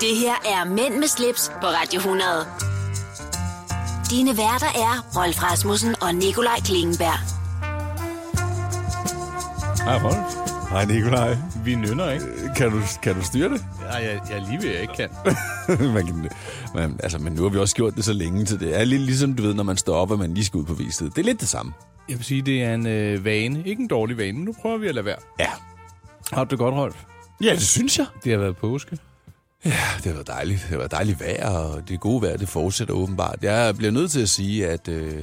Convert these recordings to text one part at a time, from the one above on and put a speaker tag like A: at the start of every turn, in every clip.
A: Det her er Mænd med slips på Radio 100. Dine værter er Rolf Rasmussen og Nikolaj Klingenberg.
B: Hej, Rolf.
C: Hej Nikolaj. Øh,
B: Vi nynner, ikke?
C: Kan du, kan du styre det?
B: Ja, jeg, jeg lige ved, jeg ikke kan.
C: man kan, man, altså, men nu har vi også gjort det så længe, så det er lidt ligesom, du ved, når man står op, og man lige skal ud på viset. Det er lidt det samme.
B: Jeg vil sige, det er en øh, vane. Ikke en dårlig vane, men nu prøver vi at lade være.
C: Ja.
B: Har du det godt, Rolf?
C: Ja, det synes jeg.
B: Det har været påske.
C: Ja, det har været dejligt. Det har været dejligt vejr, og det gode vejr, det fortsætter åbenbart. Jeg bliver nødt til at sige, at øh,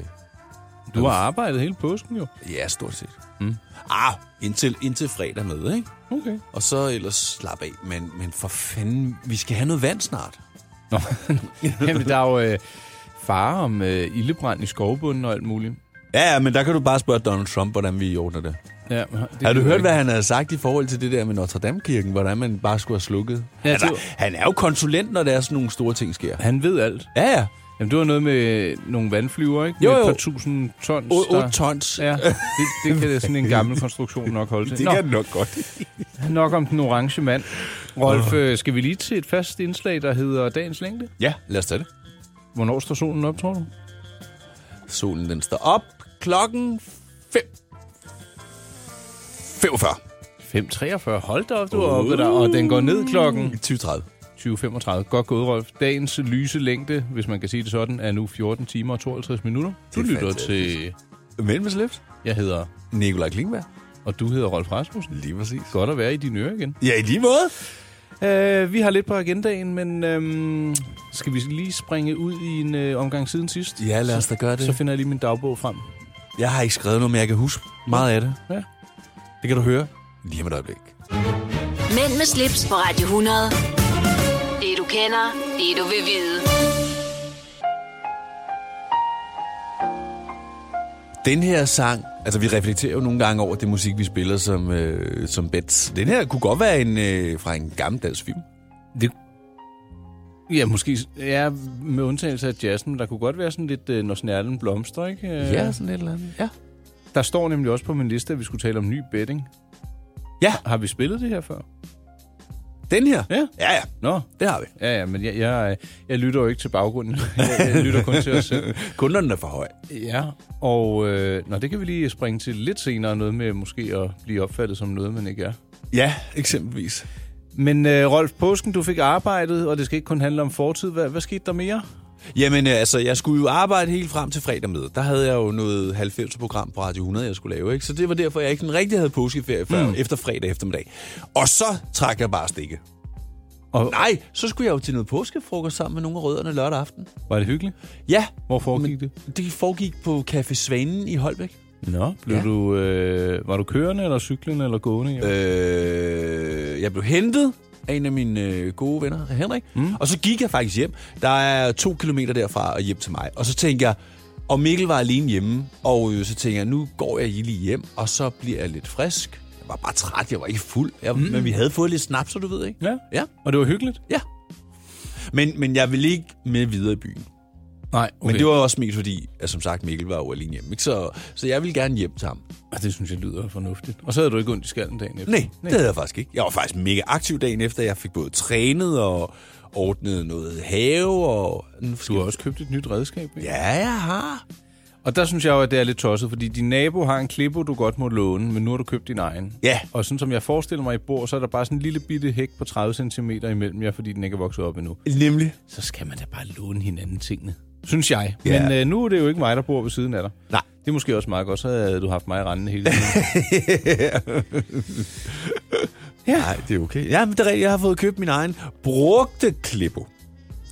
B: Du har arbejdet hele påsken jo.
C: ja, stort set. Mm. Ah, indtil, indtil fredag med, ikke?
B: Okay.
C: Og så ellers slap af. Men, men for fanden, vi skal have noget vand snart.
B: Nå. Jamen, der er jo øh, fare om øh, ildebrand i skovbunden og alt muligt.
C: Ja, ja, men der kan du bare spørge Donald Trump, hvordan vi ordner det.
B: Ja,
C: Har du hørt, hvad han havde sagt i forhold til det der med Notre Dame-kirken, hvordan man bare skulle have slukket?
B: Ja,
C: altså,
B: det-
C: han er jo konsulent, når der er sådan nogle store ting sker.
B: Han ved alt.
C: Ja, ja.
B: Jamen, det var noget med nogle vandflyver, ikke?
C: Jo,
B: med et
C: jo.
B: par tusind tons.
C: O-
B: der-
C: 8 tons.
B: Ja, det, det kan sådan en gammel konstruktion nok holde til. Nå,
C: det nok godt.
B: nok om den orange mand. Rolf, øh, skal vi lige til et fast indslag, der hedder Dagens Længde?
C: Ja, lad os tage det.
B: Hvornår står solen op, tror du?
C: Solen den står op klokken 5. 45.
B: 5.43. Hold da op, du er oppe der, og den går ned klokken
C: 20.30.
B: 20.35. Godt gået, Rolf. Dagens lyse længde, hvis man kan sige det sådan, er nu 14 timer og 52 minutter. Du
C: Det er
B: lytter
C: fantastisk.
B: til...
C: Mænd med slips.
B: Jeg hedder...
C: Nikolaj Klingberg.
B: Og du hedder Rolf Rasmussen.
C: Lige præcis.
B: Godt at være i dine ører igen.
C: Ja, i lige måde.
B: Øh, vi har lidt på agendaen, men øhm, skal vi lige springe ud i en øh, omgang siden sidst?
C: Ja, lad os da gøre det.
B: Så finder jeg lige min dagbog frem.
C: Jeg har ikke skrevet noget, men jeg kan huske meget af det.
B: Ja.
C: Det kan du høre lige om et øjeblik.
A: Mænd med slips på Radio 100. Det du kender, det du vil vide.
C: Den her sang, altså vi reflekterer jo nogle gange over det musik, vi spiller som, øh, som bets. Den her kunne godt være en, øh, fra en gammel dansk film.
B: Det, ja, måske ja, med undtagelse af jazzen, men der kunne godt være sådan lidt, øh, når snærlen blomstrer, ikke? Øh,
C: sådan et eller andet. Ja.
B: Der står nemlig også på min liste, at vi skulle tale om ny betting.
C: Ja.
B: Har vi spillet det her før?
C: Den her?
B: Ja.
C: Ja, ja.
B: Nå,
C: Det har vi.
B: ja, ja, men jeg, jeg, øh, jeg lytter jo ikke til baggrunden. Jeg, jeg lytter kun til os selv.
C: Kunderne er for høj.
B: Ja, og øh, nå, det kan vi lige springe til lidt senere, noget med måske at blive opfattet som noget, man ikke er.
C: Ja, eksempelvis.
B: Men øh, Rolf Påsken, du fik arbejdet, og det skal ikke kun handle om fortid. Hvad, hvad skete der mere?
C: Jamen øh, altså, jeg skulle jo arbejde helt frem til fredag med. Der havde jeg jo noget 90-program på Radio 100, jeg skulle lave. Ikke? Så det var derfor, jeg ikke sådan rigtig havde påskeferie før mm. efter fredag eftermiddag. Og så trak jeg bare stikke.
B: Og-
C: Og... Nej, så skulle jeg jo til noget påskefrokost sammen med nogle af rødderne lørdag aften.
B: Var det hyggeligt?
C: Ja,
B: Hvor foregik det?
C: det foregik på Café Svanen i Holbæk.
B: Nå, blev ja.
C: Ja.
B: du, øh, var du kørende, eller cyklende, eller gående? Øh.
C: Øh, jeg blev hentet af en af mine øh, gode venner, Henrik. Mm. Og så gik jeg faktisk hjem. Der er to kilometer derfra og hjem til mig. Og så tænkte jeg, og Mikkel var alene hjemme. Og øh, så tænkte jeg, nu går jeg lige hjem, og så bliver jeg lidt frisk. Jeg var bare træt, jeg var ikke fuld. Jeg, mm. Men vi havde fået lidt snaps, så du ved, ikke?
B: Ja.
C: Ja.
B: Og det var hyggeligt?
C: ja. Men, men jeg ville ikke med videre i byen.
B: Nej, okay.
C: Men det var også mest fordi, at som sagt, Mikkel var jo alene hjemme. Ikke? Så, så jeg ville gerne hjem til ham.
B: Ah, det synes jeg lyder fornuftigt. Og så havde du ikke ondt i skallen dagen efter?
C: Nej, det havde jeg faktisk ikke. Jeg var faktisk mega aktiv dagen efter. Jeg fik både trænet og ordnet noget have. Og...
B: Du har også købt et nyt redskab, ikke?
C: Ja, jeg har.
B: Og der synes jeg jo, at det er lidt tosset, fordi din nabo har en klippo, du godt må låne, men nu har du købt din egen.
C: Ja.
B: Og sådan som jeg forestiller mig, I bor, så er der bare sådan en lille bitte hæk på 30 cm imellem jer, fordi den ikke er vokset op endnu.
C: Nemlig.
B: Så skal man da bare låne hinanden tingene. Synes jeg.
C: Ja.
B: Men øh, nu er det jo ikke mig, der bor ved siden af dig.
C: Nej.
B: Det er måske også meget godt, så havde du haft mig rendende hele tiden.
C: Ja. Nej, det er okay. Ja, men det er rigtigt. Jeg har fået købt min egen brugte klippo.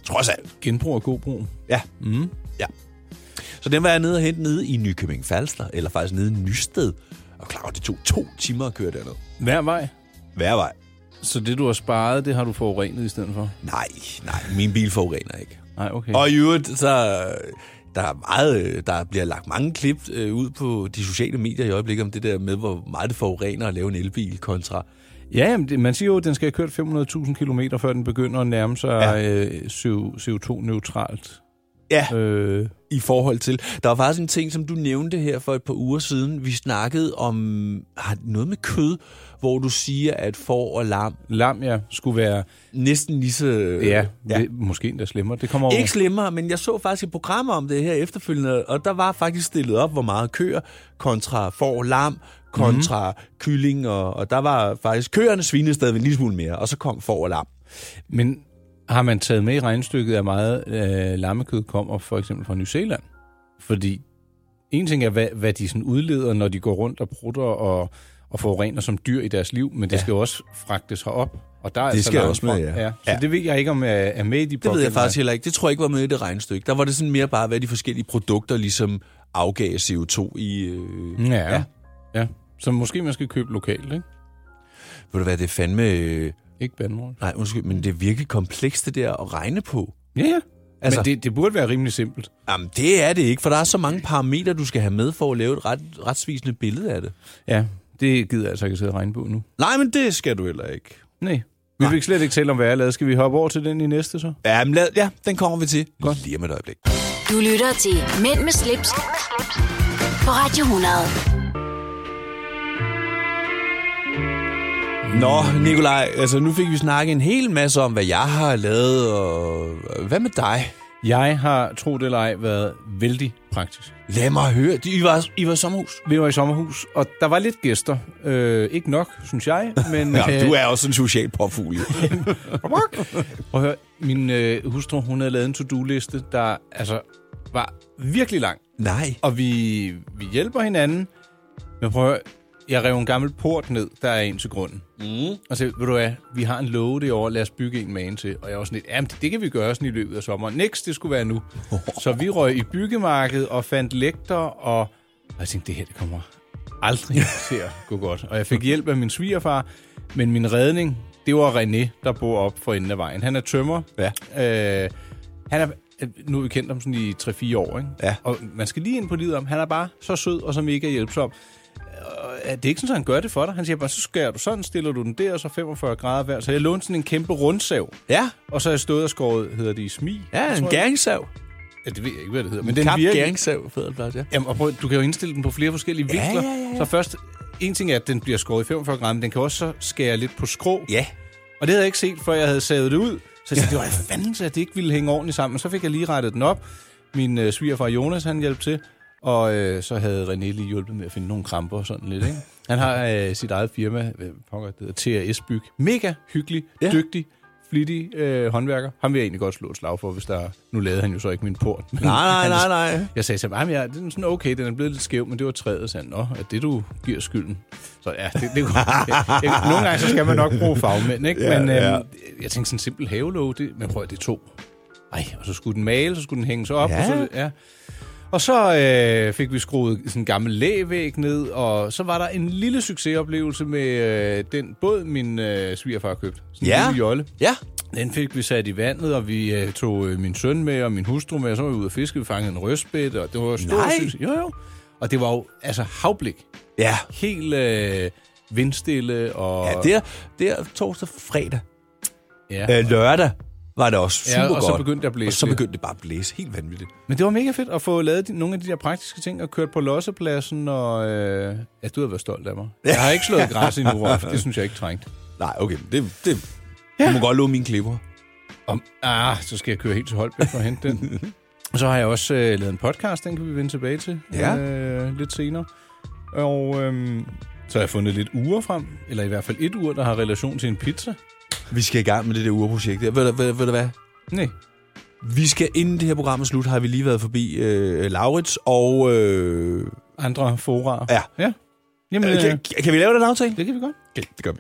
C: Trods alt.
B: Genbrug og god brug.
C: Ja. Mm. ja. Så den var jeg nede og hente nede i Nykøbing Falster, eller faktisk nede i Nysted. Og klar, det tog to timer at køre derned.
B: Hver vej.
C: Hver vej.
B: Så det, du har sparet, det har du forurenet i stedet for?
C: Nej, nej, min bil forurener ikke.
B: Nej, okay.
C: Og i øvrigt, så øh, der er meget, øh, der bliver lagt mange klip øh, ud på de sociale medier i øjeblikket om det der med, hvor meget det forurener at lave en elbil kontra...
B: Ja, jamen, det, man siger jo, at den skal have kørt 500.000 km, før den begynder at nærme sig ja.
C: Ja.
B: øh, CO- CO2-neutralt
C: Ja.
B: Øh,
C: i forhold til. Der var faktisk en ting, som du nævnte her for et par uger siden. Vi snakkede om ah, noget med kød, hvor du siger, at får og lam
B: lam, ja, skulle være...
C: næsten lige så... øh,
B: Ja, Øh, ja.
C: ja.
B: Det, måske endda slemmere. Det kommer over.
C: Ikke slemmere, men jeg så faktisk et program om det her efterfølgende, og der var faktisk stillet op, hvor meget køer kontra får og lam kontra mm. kylling, og, og der var faktisk køerne svinede stadigvæk en lille smule mere, og så kom får og lam.
B: Men har man taget med i regnstykket, at meget øh, lammekød kommer for eksempel fra New Zealand? Fordi en ting er, hvad, hvad de sådan udleder, når de går rundt og prutter og, og forurener som dyr i deres liv, men det ja. skal jo også fragtes herop. Og der er
C: Det
B: altså
C: skal
B: langt
C: også med,
B: fra-
C: ja.
B: ja. Så
C: Ja.
B: det ved jeg ikke, om er, er med i de
C: Det ved jeg faktisk heller ikke. Det tror jeg ikke var med i det regnestykke. Der var det sådan mere bare, hvad de forskellige produkter ligesom afgav CO2 i... Øh,
B: Ja. ja. ja. Så måske man skal købe lokalt, ikke?
C: Ved du hvad, det er fandme... Øh,
B: Ikke bandroll.
C: nej, undskyld, men det er virkelig komplekst det der at regne på.
B: Ja, ja. Altså,
C: Altså-
B: men det, det burde være rimelig simpelt.
C: Jamen, det er det ikke, for der er så mange parametre, du skal have med for at lave et ret, retsvisende billede af det.
B: Ja, det gider jeg altså ikke sidde og regne på nu.
C: Nej, men det skal du heller ikke.
B: Nej. Vi
C: Nej.
B: vil slet ikke tale om, hvad jeg lavede. Skal vi hoppe over til den i næste så?
C: Jamen, lad, ja, den kommer vi til. Godt. Lige om et øjeblik.
A: Du lytter til Mænd med slips, Mænd med slips. på Radio 100.
C: Nå, Nikolaj, altså nu fik vi snakket en hel masse om, hvad jeg har lavet, og hvad med dig?
B: Jeg har, tro det eller ej, været vældig praktisk.
C: Lad mig høre. I var, I var i sommerhus.
B: Vi var i sommerhus, og der var lidt gæster. Øh, ikke nok, synes jeg, men... øh,
C: Ja, du er også en social påfugl.
B: Prøv at høre, min øh, hustru, hun havde lavet en to-do-liste, der altså var virkelig lang.
C: Nej.
B: Og vi, vi hjælper hinanden. Men prøv at høre, jeg rev en gammel port ned, der er en til grunden. Mm. Og så, ved du hvad, vi har en låge det år, lad os bygge en mane til. Og jeg var sådan lidt, jamen det, det kan vi gøre sådan i løbet af sommeren. Next, det skulle være nu. så vi røg i byggemarkedet og fandt lægter, og, og jeg tænkte, det her, det kommer aldrig til at gå godt. Og jeg fik hjælp af min svigerfar, men min redning, det var René, der bor op for enden af vejen. Han er tømmer.
C: Ja.
B: Øh, han er, øh, nu har vi kendt ham sådan i 3-4 år, ikke?
C: Ja.
B: Og man skal lige ind på livet om, han er bare så sød og så mega hjælpsom. Og er det er ikke sådan, at han gør det for dig. Han siger bare, så skærer du sådan, stiller du den der, og så 45 grader hver. Så jeg lånte sådan en kæmpe rundsav,
C: Ja,
B: og så har jeg stået og skåret, hedder det i smi?
C: ja en
B: tror jeg.
C: gærningssav.
B: Ja, det ved jeg ikke, hvad det hedder. Men
C: En
B: den
C: kap
B: virker,
C: gærningssav, hedder det faktisk, ja.
B: Jamen, og prøv, du kan jo indstille den på flere forskellige
C: Ja,
B: vinkler.
C: ja, ja, ja.
B: Så først, en ting er, at den bliver skåret i 45 gram, men den kan også så skære lidt på skrå.
C: Ja.
B: Og det havde jeg ikke set, før jeg havde savet det ud. Så jeg tænkte, det var da fanden, at det ikke ville hænge ordentligt sammen. Men så fik jeg lige rettet den op. Min øh, svigerfar Jonas, han hjalp til. Og øh, så havde René lige hjulpet med at finde nogle kramper og sådan lidt, ikke? Han har øh, sit eget firma, hvad pokker det hedder, TRS Byg. Mega hyggelig, ja.
C: Ja.
B: dygtig, flittig øh, håndværker. Ham vil jeg egentlig godt slå et slag for, hvis der... Nu lavede han jo så ikke min port. men
C: Nej, nej,
B: han-
C: nej, nej.
B: jeg sagde til ham, "Ej, men jeg, den er sådan, okay, den er blevet lidt skæv, men det var træet, sagde han, Nå, er det, du giver skylden? Så ja, det, det, det, nogle gange så skal man nok bruge fagmænd, ikke?
C: Ja,
B: men øhm,
C: ja.
B: jeg tænkte sådan en simpel havelåge, det, men prøv at det er to. Ej, og så skulle den male, så skulle den hænges op.
C: Ja.
B: Og så, ja. Og så øh, fik vi skruet sådan en gammel lægevæg ned, og så var der en lille succesoplevelse med øh, den båd, min øh, svigerfar købte. Sådan en
C: Ja.
B: lille jolle.
C: Ja.
B: Den fik vi sat i vandet, og vi øh, tog øh, min søn med og min hustru med, og så var vi ude og fiske, vi fangede en rødspæt, og det var jo stor
C: Nej.
B: succes. Jo, jo. Og det var jo altså havblik.
C: Ja.
B: Helt øh, vindstille og...
C: Ja, der, der torsdag, fredag,
B: ja.
C: øh, lørdag var det også super
B: Ja, og så
C: godt.
B: begyndte det at blæse
C: Og så
B: lidt.
C: begyndte det bare at blæse helt vanvittigt.
B: Men det var mega fedt at få lavet de, nogle af de der praktiske ting, og kørt på lossepladsen, og... Øh, ja, du har været stolt af mig. Jeg har ikke slået græs endnu, Rolf. Det synes jeg ikke trængte.
C: Nej, okay, men det, det ja. du må godt love mine klipper.
B: Om, ah, så skal jeg køre helt til Holbæk for at hente den. Og så har jeg også øh, lavet en podcast, den kan vi vende tilbage til
C: Ja.
B: øh, lidt senere. Og øhm, så har jeg fundet lidt uger frem, eller i hvert fald et ur, der har relation til en pizza.
C: Vi skal i gang med det der ureprojekt der. Ved, du- ved, ved du hvad?
B: Nej.
C: Vi skal, inden det her program er slut, har vi lige været forbi øh, Laurits, og øh,
B: Andre forarer.
C: Ja.
B: ja. Jamen, øh,
C: kan, kan vi lave den aftale?
B: det kan vi godt.
C: Okay, det gør vi.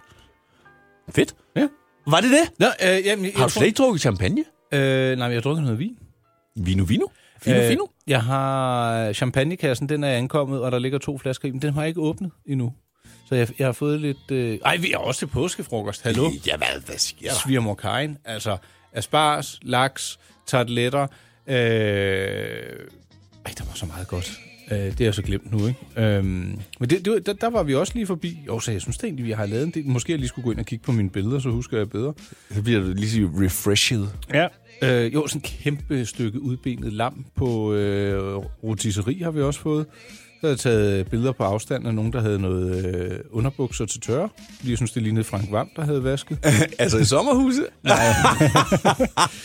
C: Fedt.
B: Ja.
C: Var det det?
B: Nå, øh, jamen, jeg,
C: Har
B: jeg
C: du slet ikke drukket champagne?
B: Øh, nej, men jeg har drukket noget vin.
C: Vino, vino. Fino, øh, fino.
B: Jeg har champagnekassen, den er ankommet, og der ligger to flasker i, men den har jeg ikke åbnet endnu. Så jeg, jeg har fået lidt... Øh... Ej, vi er også til påskefrokost. Hallo?
C: Ja, hvad, hvad sker der?
B: svigermor Karin. Altså aspars, laks, tartletter. Øh... Ej, der var så meget godt. Øh, det er jeg så glemt nu, ikke? Øhm, men det, det, var- der, der var vi også lige forbi. Jo, så jeg synes det egentlig, vi har lavet en del. Måske jeg lige skulle gå ind og kigge på mine billeder, så husker jeg bedre.
C: Så bliver du lige så refreshed.
B: Ja. Øh, jo, sådan et kæmpe stykke udbenet lam på øh, rotisserie har vi også fået. Så har jeg taget billeder på afstand af nogen, der havde noget øh, underbukser til tørre. Fordi jeg synes, det lignede Frank Vam, der havde vasket.
C: altså i sommerhuset? Nej.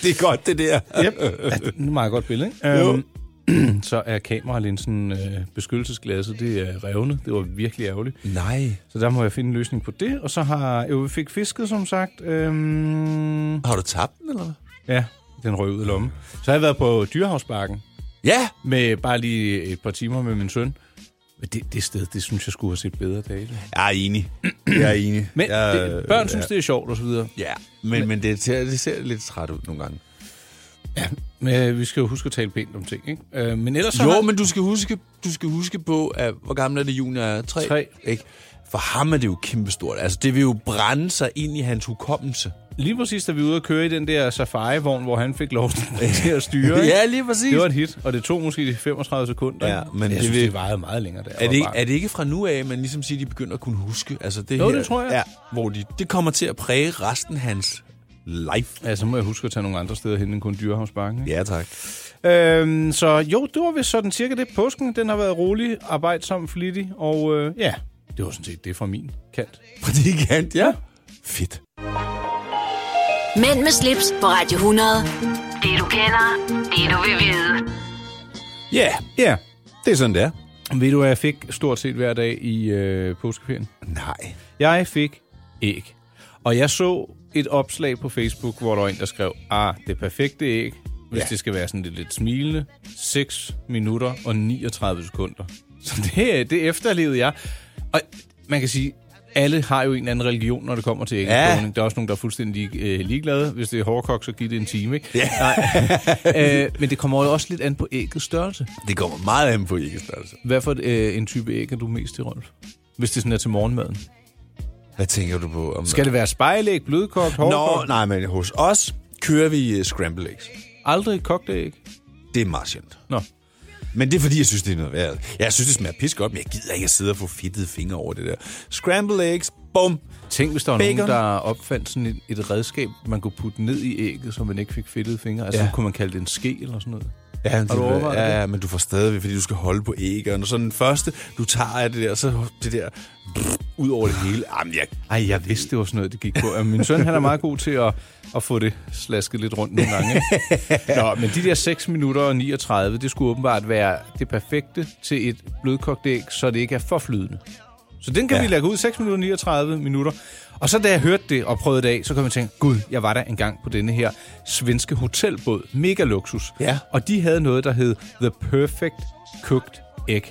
C: det er godt, det der.
B: yep. Ja, Altså, det er et meget godt billede, ikke?
C: Jo.
B: Øhm, så er kameralinsen øh, beskyttelsesglaset, det er revnet. Det var virkelig ærgerligt.
C: Nej.
B: Så der må jeg finde en løsning på det. Og så har jeg jo fik fisket, som sagt. Øhm,
C: Har du tabt den, eller hvad?
B: ja, den røg ud af lommen. Så har jeg været på Dyrehavsparken
C: Ja.
B: med bare lige et par timer med min søn. Men det, det sted, det synes jeg skulle have set bedre dage.
C: Jeg er enig. Jeg er enig.
B: Men
C: jeg, øh,
B: det, børn synes, det er sjovt og så videre.
C: Ja, men, men det, ser, det ser lidt træt ud nogle gange.
B: Men øh, vi skal jo huske at tale pænt om ting, ikke? Øh, men ellers så
C: Jo,
B: har...
C: men du skal huske, du skal huske på, at, hvor gammel er det, Junior er? Tre?
B: Tre.
C: Ikke? For ham er det jo kæmpestort. Altså, det vil jo brænde sig ind i hans hukommelse.
B: lige præcis, da vi var ude at køre i den der safari-vogn, hvor han fik lov til at styre, ikke?
C: Ja, lige præcis.
B: Det var et hit, og det tog måske 35 sekunder.
C: Ja,
B: ikke?
C: men
B: jeg
C: det
B: det, synes,
C: vil-
B: det varede meget længere der.
C: Er det, ikke, er det ikke fra nu af, man ligesom siger, at de begynder at kunne huske? Altså, det
B: Jo,
C: her,
B: det tror jeg.
C: Ja, hvor de, det kommer til at præge resten af hans life.
B: Ja, så må jeg huske at tage nogle andre steder hen end kun Dyrehavnsbakken. ikke?
C: Ja, tak.
B: Øhm, så jo, det var vist sådan cirka det. Påsken, den har været rolig, arbejdsom, flittig, og øh, ja, det var sådan set det fra min kant.
C: Prædikant, ja. Fedt.
A: Mænd med slips på Radio 100. Det du kender, det du vil vide.
C: Ja, yeah.
B: Ja. Yeah.
C: det er sådan, det er.
B: Ved du, hvad jeg fik stort set hver dag i øh, påskeferien?
C: Nej.
B: Jeg fik æg. Og jeg så et opslag på Facebook, hvor der var en, der skrev, ah, det perfekte æg, hvis
C: Ja.
B: ja. det skal være sådan lidt, lidt smilende, 6 minutter og 39 sekunder. Så det, det efterlevede jeg. Og man kan sige, alle har jo en eller anden religion, når det kommer til æggeskoning. Ja. Der er også nogen, der er fuldstændig øh, ligeglade. Hvis det er hårdkok, så giv det en time, ikke? Ja. Nej. øh, men det kommer jo også lidt an på æggets størrelse.
C: Det kommer meget an på æggestørrelse.
B: Hvad for øh, en type æg er du mest til, Rolf? Hvis det sådan er til morgenmaden.
C: Hvad tænker du på? Om
B: Skal det være spejlæg, blødkogt,
C: Nå,
B: hårdkogt?
C: nej, men hos os kører vi øh, scramble eggs.
B: Aldrig kogt æg?
C: Det er meget sjældent.
B: Nå.
C: Men det er fordi, jeg synes, det er noget værd. Jeg synes, det smager pis godt, men jeg gider ikke at sidde og få fedtede fingre over det der. Scramble eggs, bum.
B: Tænk, hvis der var
C: Bacon.
B: Bacon. nogen, der opfandt sådan et, et redskab, man kunne putte ned i ægget, så man ikke fik fedtede fingre. Altså,
C: Ja.
B: ja. kunne man kalde det en ske eller sådan noget.
C: Ja, men, det,
B: du overvejet
C: ja, ja, men du får stadigvæk, fordi du skal holde på æggerne. Så den første, du tager af det der, så det der brrr, ud over det hele. Jamen, jeg,
B: Ej, jeg vidste, det var sådan noget, det gik på. Ja, Min søn, han er meget god til at, at få det slasket lidt rundt nogle gange. ikke? Nå, men de der 6 minutter og 39, det skulle åbenbart være det perfekte til et blødkogt æg, så det ikke er for flydende. Så den kan
C: Ja.
B: ja. vi lægge ud 6 minutter og 39 minutter. Og så da jeg hørte det og prøvede det af, så kom jeg og tænke, gud, jeg var der engang på denne her svenske hotelbåd. Mega luksus.
C: Ja.
B: Og de havde noget, der hed The Perfect Cooked Egg.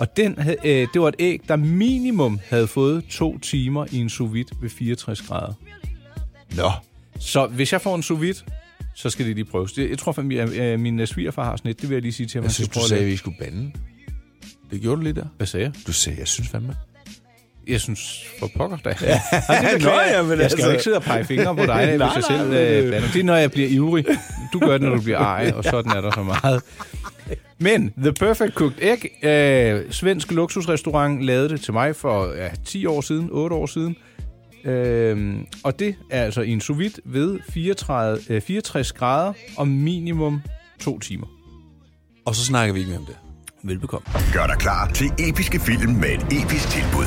B: Og den, havde- øh, det var et æg, der minimum havde fået to timer i en sous vide ved 64 grader.
C: nå.
B: Så hvis jeg får en sous vide, så skal det lige prøves. Det- Jeg tror, at min, øh, min øh, svigerfar har sådan et. Det vil jeg lige sige til ham.
C: Jeg
B: han skal
C: synes, du
B: prøve at
C: sagde, at
B: lave.
C: vi ikke skulle bande. Det gjorde du lige der.
B: Hvad sagde jeg?
C: Du sagde, jeg synes fandme.
B: Jeg synes, for pokker da. Ja.
C: Nå, ja,
B: jeg
C: men
B: skal
C: altså-
B: jo ikke sidde og pege fingre på dig, nej, hvis
C: Nej,
B: jeg
C: nej,
B: selv
C: men, øh,
B: øh, blander. Det er, når jeg bliver ivrig. Du gør det, når du bliver ej, og sådan er der så meget. Men The Perfect Cooked Egg, øh, svensk luksusrestaurant, lavede det til mig for ja, 10 år siden, 8 år siden. Øh, og det er altså i en sous vide ved 34, øh, 64 grader og minimum to timer.
C: Og så snakker vi ikke mere om det.
B: Velbekomme.
D: Gør dig klar til episke film med et episk tilbud.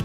E: I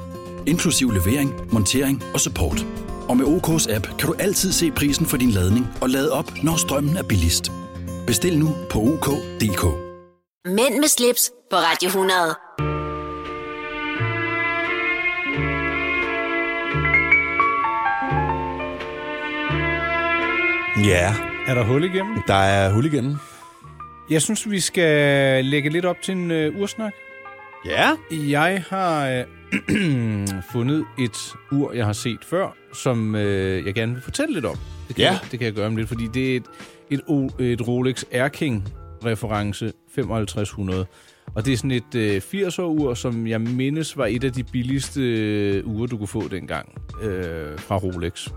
F: inklusiv levering, montering og support. Og med OK's app kan du altid se prisen for din ladning og lade op, når strømmen er billigst. Bestil nu på OK.dk.
A: Mænd med slips på Radio 100.
C: Ja,
B: Er der hul igennem?
C: der er hul igennem.
B: Jeg synes, vi skal lægge lidt op til en øh, ursnak.
C: Ja?
B: Jeg har øh, fundet et ur, jeg har set før, som øh, jeg gerne vil fortælle lidt om. Det kan,
C: Ja.
B: jeg, det kan jeg gøre om lidt, fordi det er et, et, O- et Rolex Air King-reference 5500. Og det er sådan et øh, 80-ur, som jeg mindes var et af de billigste øh, ure, du kunne få dengang øh, fra Rolex.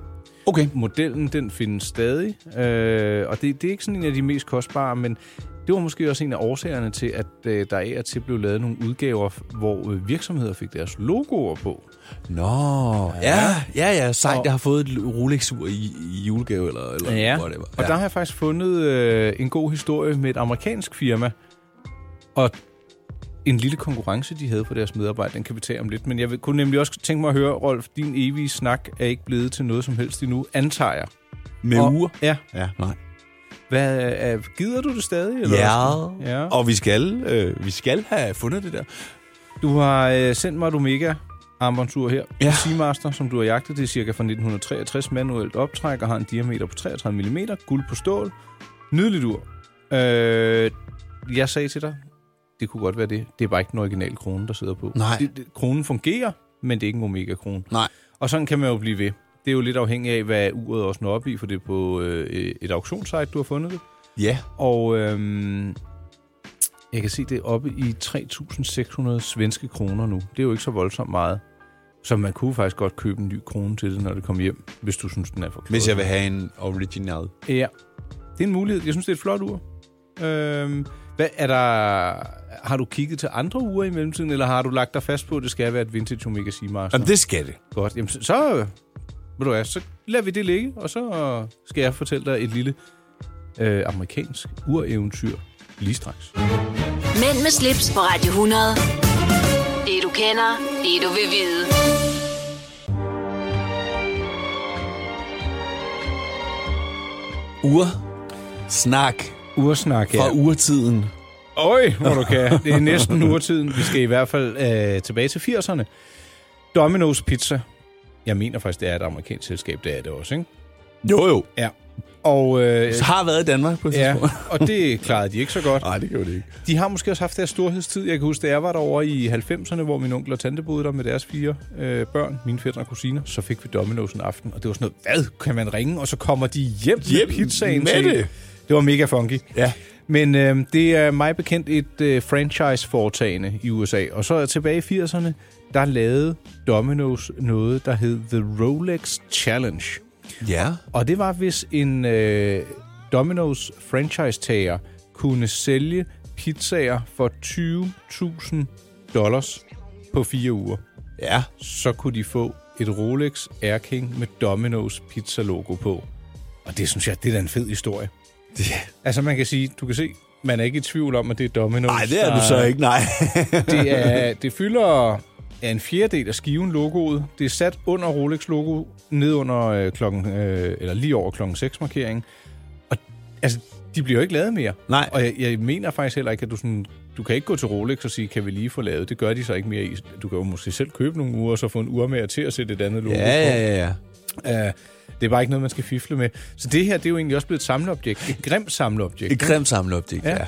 C: Okay.
B: Modellen, den findes stadig, øh, og det, det er ikke sådan en af de mest kostbare, men det var måske også en af årsagerne til, at øh, der af og til blev lavet nogle udgaver, f- hvor øh, virksomheder fik deres logoer på.
C: Nå, ja, ja, ja, sejt, jeg har fået et Rolex-ur i, i julegave, eller, eller whatever.
B: Og der har jeg faktisk fundet øh, en god historie med et amerikansk firma, og en lille konkurrence, de havde for deres medarbejdere. Den kan vi tage om lidt, men jeg vil, kunne nemlig også tænke mig at høre, Rolf, din evige snak er ikke blevet til noget som helst endnu, antager jeg.
C: Med
B: Og-
C: ur?
B: Ja.
C: Ja, nej.
B: Hvad, øh, gider du det stadig? Eller hvad?
C: Ja,
B: ja.
C: og vi skal, øh, vi skal have fundet det der.
B: Du har øh, sendt mig et Omega armbåndsur her.
C: Ja.
B: Ja. Seamaster, som du har jagtet, det er cirka fra 1963 manuelt optræk og har en diameter på 33 mm, guld på stål. Nydeligt ur. Øh, jeg sagde til dig, det kunne godt være det. Det er bare ikke den originale krone, der sidder på.
C: Nej.
B: Det, det, kronen fungerer, men det er ikke en Omega-krone.
C: Nej.
B: Og sådan kan man jo blive ved. Det er jo lidt afhængigt af, hvad uret også når op i, for det er på øh, et auktionssite, du har fundet det.
C: Ja.
B: Og øhm, jeg kan se, det er oppe i 3.600 svenske kroner nu. Det er jo ikke så voldsomt meget. Så man kunne faktisk godt købe en ny krone til det, når det kommer hjem, hvis du synes, den er for klog.
C: Hvis jeg vil have en original.
B: Ja, det er en mulighed. Jeg synes, det er et flot ur. Øhm, hvad er der... Har du kigget til andre uger i mellemtiden, eller har du lagt dig fast på, at det skal være et vintage Omega Seamaster?
C: Jamen, det skal det.
B: Godt. Jamen, så, så, øh, ved du hvad, så lader vi det ligge, og så øh, skal jeg fortælle dig et lille øh, amerikansk ureventyr lige straks.
A: Mænd med slips på Radio 100. Det du kender, det du vil vide.
C: Ur. Snak.
B: Ursnak,
C: Fra urtiden.
B: Øj, hvor du kan. Det er næsten urtiden. Vi skal i hvert fald øh, tilbage til 80'erne. Domino's Pizza. Jeg mener faktisk, det er et amerikansk selskab. Det er det også, ikke?
C: Jo, jo.
B: Ja. Og, øh,
C: Så har været i Danmark på et
B: ja,
C: tidspunkt.
B: og det klarede de ikke så godt.
C: Nej, det gjorde det ikke.
B: De har måske også haft deres storhedstid. Jeg kan huske, da jeg var derovre i 90'erne, hvor min onkel og tante boede der med deres fire øh, børn, mine fætter og kusiner, så fik vi Domino's en aften, og det var sådan noget, hvad kan man ringe? Og så kommer de hjem
C: Hjem
B: med pizzaen
C: med
B: til.
C: det.
B: Det var mega funky.
C: Ja.
B: Men øh, det er mig bekendt et øh, franchise-foretagende i USA. Og så tilbage i 80'erne, der lavede Domino's noget, der hed The Rolex Challenge.
C: Ja.
B: Og det var, hvis en øh, Domino's franchisetager kunne sælge pizzaer for 20.000 dollars på fire uger,
C: Ja.
B: så kunne de få et Rolex Air King med Domino's pizza-logo på. Og det synes jeg, det er da en fed historie.
C: Det...
B: Altså man kan sige, du kan se, man er ikke i tvivl om, at det er Domino's.
C: Nej, det er du så ikke, nej.
B: Det, er, det fylder ja, en fjerdedel af skiven logoet. Det er sat under Rolex logo, ned under øh, klokken, øh, eller lige over klokken 6 markering. Og altså, de bliver jo ikke lavet mere.
C: Nej.
B: Og jeg, jeg mener faktisk heller ikke, at du sådan, du kan ikke gå til Rolex og sige, kan vi lige få lavet? Det gør de så ikke mere i. Du kan jo måske selv købe nogle uger, og så få en urmager til at sætte et andet logo
C: ja,
B: på.
C: ja, ja, ja.
B: Øh, det er bare ikke noget, man skal fifle med. Så det her, det er jo egentlig også blevet et samleobjekt. Et grimt samleobjekt.
C: Et grimt samleoptik, ja.
B: Ja.
C: ja.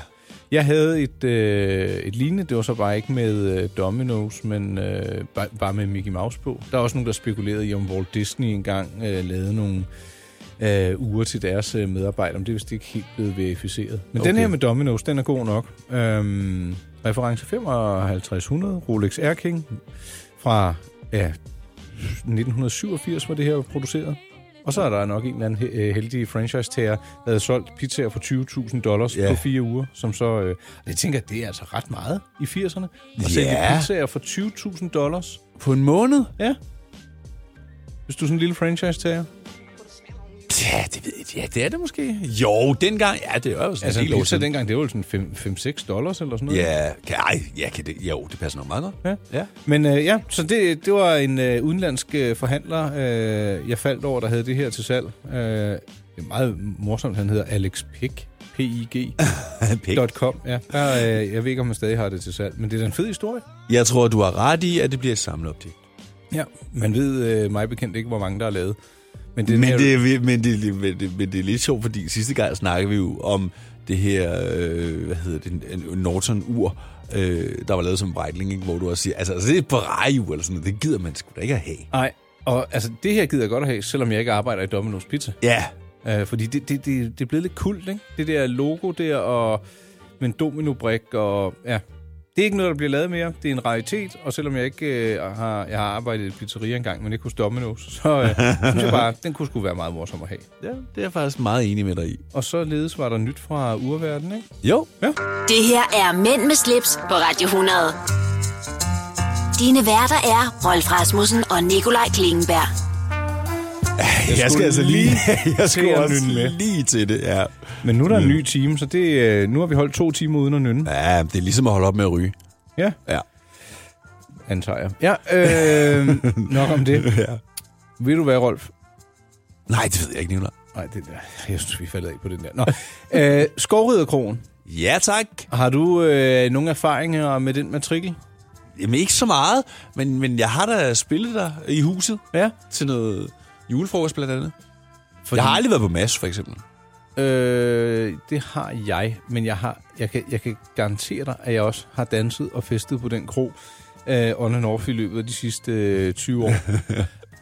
B: Jeg havde et, øh, et lignende, det var så bare ikke med øh, Domino's, men øh, bare, bare med Mickey Mouse på. Der er også nogen, der spekulerede i, om Walt Disney engang øh, lavede nogle øh, uger til deres øh, medarbejdere, men det er vist ikke helt blevet verificeret. Men okay. den
C: Okay.
B: her med Domino's, den er god nok. Øhm, reference 5500, Rolex Air King fra ja, 1987 var det her produceret. Og så er der nok en eller anden he- øh, heldig franchise-tager, der havde solgt pizzaer for 20.000 dollars
C: Ja.
B: yeah. på fire uger, som så... Øh, jeg tænker, det er altså ret meget i 80'erne. At sælge
C: Ja.
B: pizzaer for 20.000 dollars.
C: På en måned?
B: Ja. Hvis du er sådan en lille franchise-tager.
C: Ja, det ved jeg. Ja, det er det måske. Jo, dengang. Ja, det er jo sådan
B: Altså,
C: en
B: en
C: del år
B: pizza
C: siden.
B: dengang, det var jo sådan 5-6 dollars eller sådan noget.
C: Ja, kan, ej, ja, kan det, jo, det passer nok meget godt.
B: Ja.
C: Ja.
B: Men øh, ja, så det, det var en øh, udenlandsk øh, forhandler, øh, jeg faldt over, der havde det her til salg. Øh, det er meget morsomt, han hedder Alex Pig. P-I-G.com,
C: Pik.
B: ja. Der, øh, jeg ved ikke, om han stadig har det til salg, men det er da en fed historie.
C: Jeg tror, du har ret i, at det bliver et samleobjekt.
B: Ja. Man ved øh, mig bekendt ikke, hvor mange der er lavet. Men det, er den
C: Men
B: her-
C: det, er vi- men, det, men, det, men det er lidt sjovt, fordi sidste gang snakkede vi jo om det her, øh, hvad hedder det, en- en Norton-ur, øh, der var lavet som Breitling, ikke? hvor du også siger, altså, altså det er et Ferrari-ur eller sådan noget, det gider man sgu da ikke at have.
B: Nej, og altså, det her gider jeg godt at have, selvom jeg ikke arbejder i Domino's Pizza.
C: Ja,
B: Øh, fordi det, det, det, det er blevet lidt kult, ikke? Det der logo der, og med en dominobrik, og ja. Det er ikke noget, der bliver lavet mere. Det er en raritet, og selvom jeg ikke øh, har, jeg har arbejdet i et pizzeria engang, men ikke hos Domino's, så øh, synes jeg bare, den kunne sgu være meget morsom at have.
C: ja, det er jeg faktisk meget enig med dig i.
B: Og således var der nyt fra urverdenen, ikke?
C: Jo,
A: Det her er Mænd med slips på Radio 100. Dine værter er Rolf Rasmussen og Nikolaj Klingenberg.
C: jeg, jeg skal
B: skulle
C: altså lige, jeg
B: til
C: skulle
B: at
C: også
B: nynne med.
C: lige til det, ja.
B: Men nu er der en ny time, så det, øh, nu har vi holdt to timer uden at nynne.
C: Ja, det er ligesom at holde op med at ryge.
B: Ja,
C: Ja.
B: antager jeg. Ja, øh, nok om det.
C: ja.
B: Ved du hvad, Rolf?
C: Nej, det ved jeg ikke, Nicolaj.
B: Nej, det der. Jeg synes, vi faldt af på den der. Nå. Øh, Skovriderkrogen.
C: Ja, tak.
B: Har du øh, nogle erfaringer med den matrikel?
C: Jamen ikke så meget, men, men jeg har da spillet der i huset
B: Ja.
C: til noget julefrokost blandt andet.
B: Fordi,
C: Jeg har aldrig været på mas, for eksempel.
B: øh, det har jeg, men jeg, har, jeg, kan, jeg kan garantere dig, at jeg også har danset og festet på den kro øh, on and off i løbet af de sidste øh, 20 år.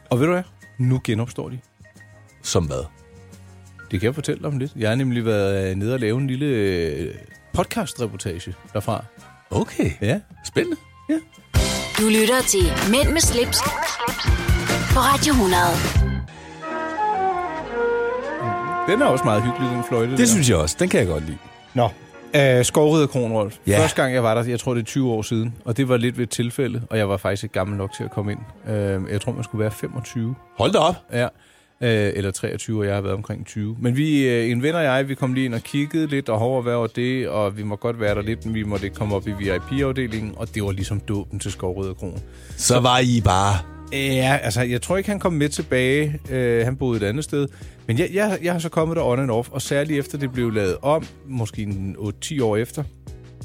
B: og ved du hvad? Nu genopstår de.
C: Som hvad?
B: Det kan jeg fortælle dig om lidt. Jeg har nemlig været øh, nede og lave en lille øh, podcast-reportage derfra.
C: Okay.
B: Ja.
C: Spændende.
A: Du lytter til Mænd med slips, på Radio 100.
B: Den er også meget hyggelig, den fløjte.
C: Det synes jeg også. Den kan jeg godt lide.
B: Nå. Øh, Skovrider Kronrolf. Ja.
C: Ja.
B: Første gang jeg var der, jeg tror det er 20 år siden, og det var lidt ved et tilfælde, og jeg var faktisk ikke gammel nok til at komme ind. Øh, jeg tror, man skulle være 25.
C: Hold da op.
B: Ja. Øh, eller 23, og jeg har været omkring 20. Men vi, øh, en ven og jeg, vi kom lige ind og kiggede lidt, og hov, hvad var det, og vi må godt være der lidt, men vi måtte ikke komme op i VIP-afdelingen, og det var ligesom dåben til Skovrider Kron.
C: Så var I bare...
B: Ja, altså, jeg tror ikke, han kom med tilbage. Øh, han boede et andet sted. Men jeg, jeg, jeg har så kommet der on and off, og særligt efter det blev lavet om, måske en 8-10 år efter.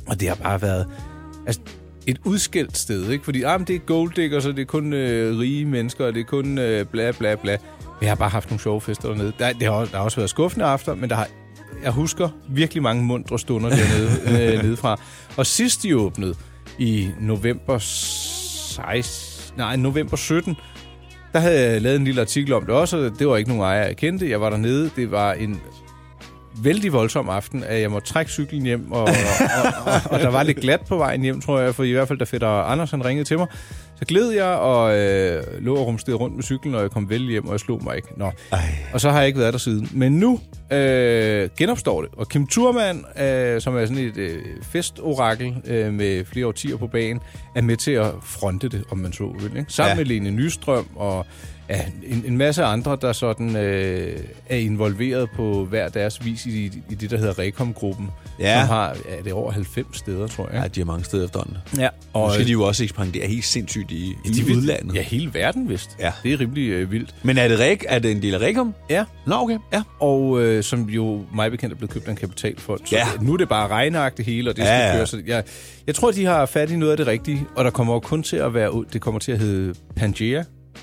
B: Og det har bare været altså, et udskældt sted, ikke? Fordi ah, men det er gold digger, så det er kun øh, rige mennesker, og det er kun øh, bla bla bla. Men jeg har bare haft nogle sjove fester dernede. Der, det har, også- der har også været skuffende aftener, men der har, jeg husker virkelig mange mundre stunder dernede øh, nedefra. Og sidst de åbnede i november 16, nej, november 17, der havde jeg lavet en lille artikel om det også, og det var ikke nogen ejer, jeg kendte. Jeg var dernede, det var en vældig voldsom aften, at jeg måtte trække cyklen hjem, og, og, og, og der var lidt glat på vejen hjem, tror jeg, for i hvert fald, da fætter Anders han ringede til mig. Så gled jeg og øh, lå og rumsterede rundt med cyklen, og jeg kom vel hjem, og jeg slog mig ikke. Nå. Og så har jeg ikke været der siden. Men nu øh, genopstår det, og Kim Thurman, øh, som er sådan et øh, festorakel øh, med flere årtier på banen, er med til at fronte det, om man så vil. Ikke? Sammen ja.
C: Ja.
B: med Lene Nystrøm og ja, en, en masse andre, der sådan øh, er involveret på hver deres vis i, i det, der hedder Rekom-gruppen,
C: Ja.
B: som har ja, det er over 90 steder, tror jeg.
C: Ja, de har mange steder efterhånden.
B: Ja,
C: Og nu
B: og
C: skal de jo også ekspandere helt sindssygt i, i
B: vil-
C: udlandet.
B: Ja, hele verden vist.
C: Ja.
B: Det er rimelig øh, vildt.
C: Men er det, Rik, er det en del af Rekom?
B: Ja,
C: Nå, okay. Ja.
B: og øh, som jo mig bekendt er blevet købt af en kapitalfond. Så
C: Ja.
B: det- nu er det bare regnark det hele, og det
C: Ja,
B: skal ja,
C: ja.
B: køre. Så jeg, jeg tror, de har fat i noget af det rigtige, og der kommer jo kun til at være, det kommer til at hedde Pangea,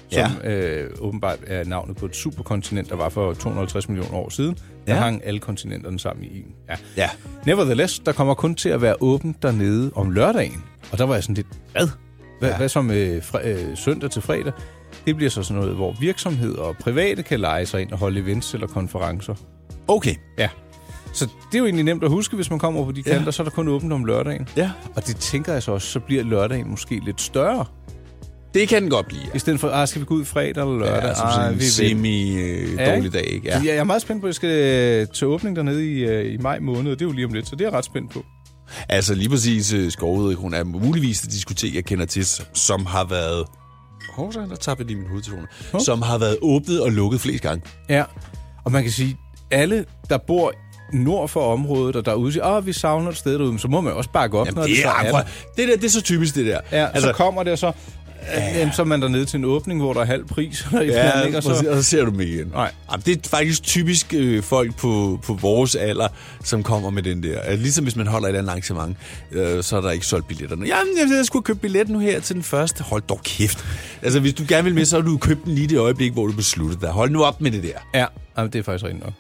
B: som ja. øh, åbenbart er navnet på et superkontinent, der var for 250 millioner år siden. Der
C: Ja.
B: hang alle kontinenterne sammen i en. Ja.
C: Ja.
B: Nevertheless, der kommer kun til at være åbent dernede om lørdagen. Og der var jeg sådan lidt, hvad? Hvad, ja. hvad som øh, fre, øh, søndag til fredag? Det bliver så sådan noget, hvor virksomheder og private kan lege sig ind og holde events eller konferencer.
C: Okay.
B: Ja. Så det er jo egentlig nemt at huske, hvis man kommer over på de kanter, ja. så er der kun åbent om lørdagen.
C: Ja.
B: Og det tænker jeg så også, så bliver lørdagen måske lidt større.
C: Det kan den godt blive.
B: I stedet for, ah, skal vi gå ud fredag eller lørdag?
C: Ja, som sådan
B: ah,
C: en
B: vi vil.
C: semi-dårlig dag, ikke?
B: Ja. Så jeg- Jeg er meget spændt på, at jeg skal øh, til åbning dernede i, øh, i maj måned, og det er jo lige om lidt, så det er jeg ret spændt på.
C: Altså lige præcis øh, Skovud, hun er muligvis det diskotek, jeg kender til, som- som har været... Hov, så der tabte jeg lige min hovedtelefon. Som har været åbnet og lukket flest gange.
B: Ja. Og man kan sige, alle, der bor nord for området, og der er udsigt, åh, vi savner et sted derude, så må man også bakke op, Jamen, når det,
C: Det,
B: så
C: er,
B: er
C: prøv,
B: der.
C: det, der, det er så typisk, det der.
B: Ja, altså, så kommer det, og så, ja. så er man dernede til en åbning, hvor der er halv pris, eller et eller andet, ikke? og
C: præcis,
B: så,
C: og så ser du dem ikke igen.
B: Nej.
C: Jamen, det er faktisk typisk øh, folk på, på vores alder, som kommer med den der. Altså, ligesom hvis man holder et andet arrangement, øh, så er der ikke solgt billetterne. Jamen, jeg, jeg skulle købe billet nu her til den første. Hold dog kæft. Altså, hvis du gerne vil med, så har du købt den lige i det øjeblik, hvor du besluttede dig. Hold nu op med det der.
B: ja, jamen, det er faktisk rigtigt nok.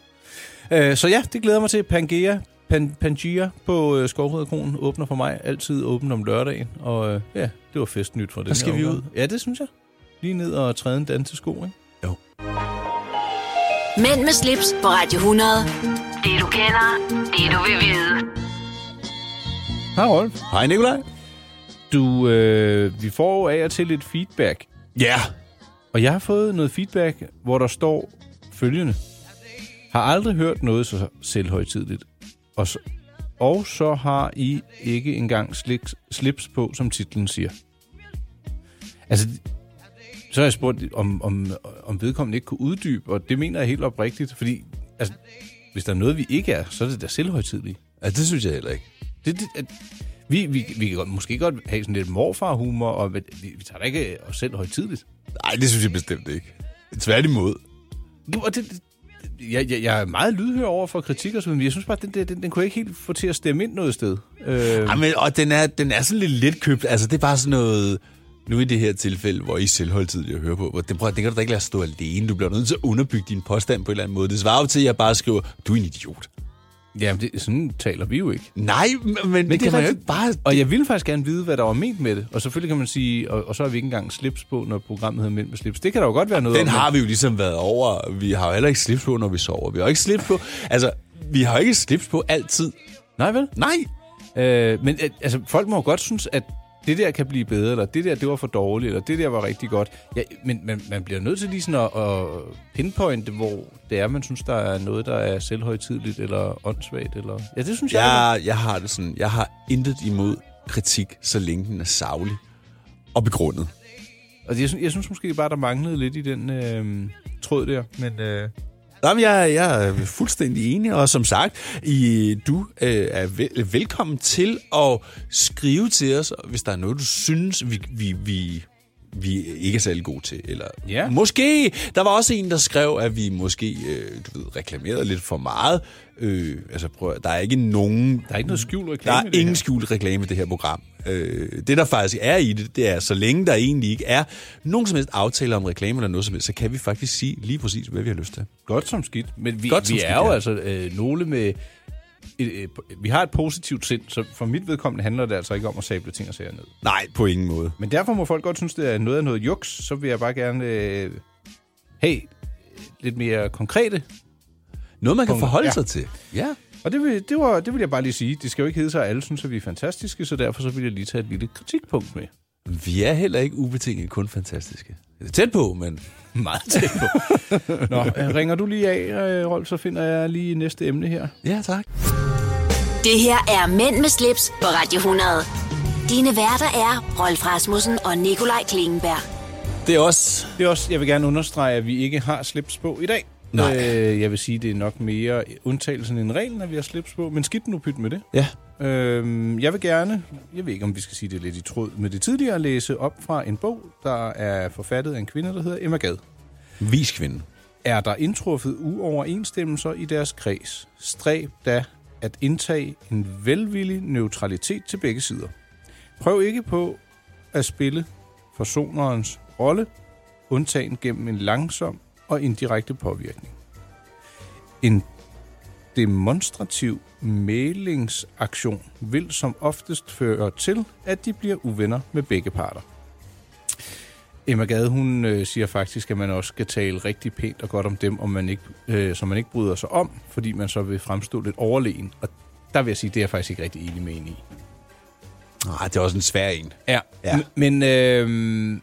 B: Øh, så ja, det glæder mig til. Pangea, Pan, Pangea på øh, Skovhovedkronen åbner for mig. Altid åben om lørdagen. Og øh, ja, det var festnyt for den her
C: skal vi
B: omgang. Ja, det synes jeg. Lige ned og træde en dansesko, ikke?
A: Mænd med slips på Radio 100. Det du kender, det du vil vide.
B: Hej, Rolf.
C: Hej, Nikolaj.
B: Du, øh, vi får jo af og til lidt feedback.
C: Ja.
B: Og jeg har fået noget feedback, hvor der står følgende. Har aldrig hørt noget så selvhøjtidligt. Og så, og så har I ikke engang sliks, slips på, som titlen siger. Altså, så har jeg spurgt, om, om, om vedkommende ikke kunne uddybe, og det mener jeg helt oprigtigt, fordi altså, hvis der er noget, vi ikke er, så er det da selvhøjtidligt.
C: ja. det synes jeg heller ikke.
B: Det, det, at, vi, vi, vi kan godt, måske godt have sådan lidt morfarhumor, og vi, vi tager da ikke os selv højtidligt.
C: Nej, det synes jeg bestemt ikke. Tværtimod.
B: Jo, og det, det, jeg, jeg, jeg er meget lydhør over for kritik og sådan, men jeg synes bare, at den, der, den, den kunne jeg ikke helt få til at stemme ind noget sted. Øh,
C: Ja, men, og den er, den er sådan lidt let købt. Altså, det er bare sådan noget... Nu i det her tilfælde, hvor I selv holdt tid at høre på, hvor det, prøv, at- det kan du da ikke lade stå alene. Du bliver nødt til at underbygge din påstand på en eller anden måde. Det svarer jo til, at jeg bare skriver, du er en idiot.
B: jamen, det, sådan taler vi jo ikke.
C: Nej, men, men det kan man jo ikke bare...
B: Og jeg ville faktisk gerne vide, hvad der var ment med det. Og selvfølgelig kan man sige, og, og så har vi ikke engang slips på, når programmet hedder Mænd med slips. Det kan der jo godt være noget
C: Den
B: om,
C: har vi jo ligesom været over. Vi har jo heller ikke slips på, når vi sover. Vi har ikke slips på... Altså, vi har ikke slips på altid.
B: Nej, vel?
C: Nej,
B: Øh, men øh, altså, folk må jo godt synes, at det der kan blive bedre, eller det der, det var for dårligt, eller det der var rigtig godt. Ja, men man, man bliver nødt til lige sådan at, at pinpointe, hvor det er, man synes, der er noget, der er selvhøjtidligt, eller åndssvagt, eller... Ja, det synes jeg.
C: Jeg, jeg har det sådan, jeg har intet imod kritik, så længe den er savlig og begrundet.
B: Og Altså, jeg, synes- jeg synes måske bare, der manglede lidt i den øh, tråd der. Men øh,
C: Jamen, jeg, jeg er fuldstændig enig, og som sagt, I, du øh, er vel, velkommen til at skrive til os, hvis der er noget, du synes, vi, vi, vi, vi ikke er særlig gode til. Eller
B: Ja.
C: Måske. Der var også en, der skrev, at vi måske øh, du ved, reklamerede lidt for meget. Øh, altså, prøv, at- der er ikke nogen
B: der er ikke noget skjult reklame
C: der er
B: i det
C: ingen
B: her.
C: skjult reklame i det her program. Øh, det, der faktisk er i det, det er, så længe der egentlig ikke er nogen som helst aftaler om reklame eller noget som helst, så kan vi faktisk sige lige præcis, hvad vi har lyst til.
B: Godt som skidt. Men vi,
C: Godt
B: godt
C: som
B: vi
C: skidt,
B: er jo
C: ja.
B: altså øh, nogle med... Et, øh, vi har et positivt sind, så for mit vedkommende handler det altså ikke om at sable ting og sager ned.
C: Nej, på ingen måde.
B: Men derfor må folk godt synes, det er noget af noget juks, så vil jeg bare gerne øh, have lidt mere konkrete.
C: Noget, man kan
B: Punkter.
C: forholde
B: Ja.
C: sig til. Ja.
B: Og det vil, det, var, det vil jeg bare lige sige. Det skal jo ikke hedde sig, at alle synes, at vi er fantastiske, så derfor så vil jeg lige tage et lille kritikpunkt med.
C: Vi er heller ikke ubetinget kun fantastiske. Tæt på, men meget tæt på.
B: Nå, øh, ringer du lige af, øh, Rolf, så finder jeg lige næste emne her.
C: ja, tak.
A: Det her er Mænd med slips på Radio 100. Dine værter er Rolf Rasmussen og Nikolaj Klingenberg.
C: Det er også...
B: Det er også, jeg vil gerne understrege, at vi ikke har slips på i dag.
C: Nej.
B: Øh, jeg vil sige, det er nok mere undtagelsen end reglen, at vi har slips på. Men skidt nu pyt med det.
C: Ja.
B: Øhm, jeg vil gerne, jeg ved ikke om vi skal sige det lidt i tråd med det tidligere, læse op fra en bog, der er forfattet af en kvinde, der hedder Emma Gad.
C: Vis kvinde.
B: Er der indtruffet uoverensstemmelser i deres kreds? Stræb da at indtage en velvillig neutralitet til begge sider. Prøv ikke på at spille forsonerens rolle, undtagen gennem en langsom og indirekte påvirkning. En demonstrativ mælingsaktion vil som oftest føre til, at de bliver uvenner med begge parter. Emma Gade, hun øh, siger faktisk, at man også skal tale rigtig pænt og godt om dem, om man ikke, øh, som man ikke bryder sig om, fordi man så vil fremstå lidt overlegen. Og der vil jeg sige, det er jeg faktisk ikke rigtig enig med hende i.
C: Nej, det er også en svær en.
B: Ja.
C: Ja.
B: ja. Men øh,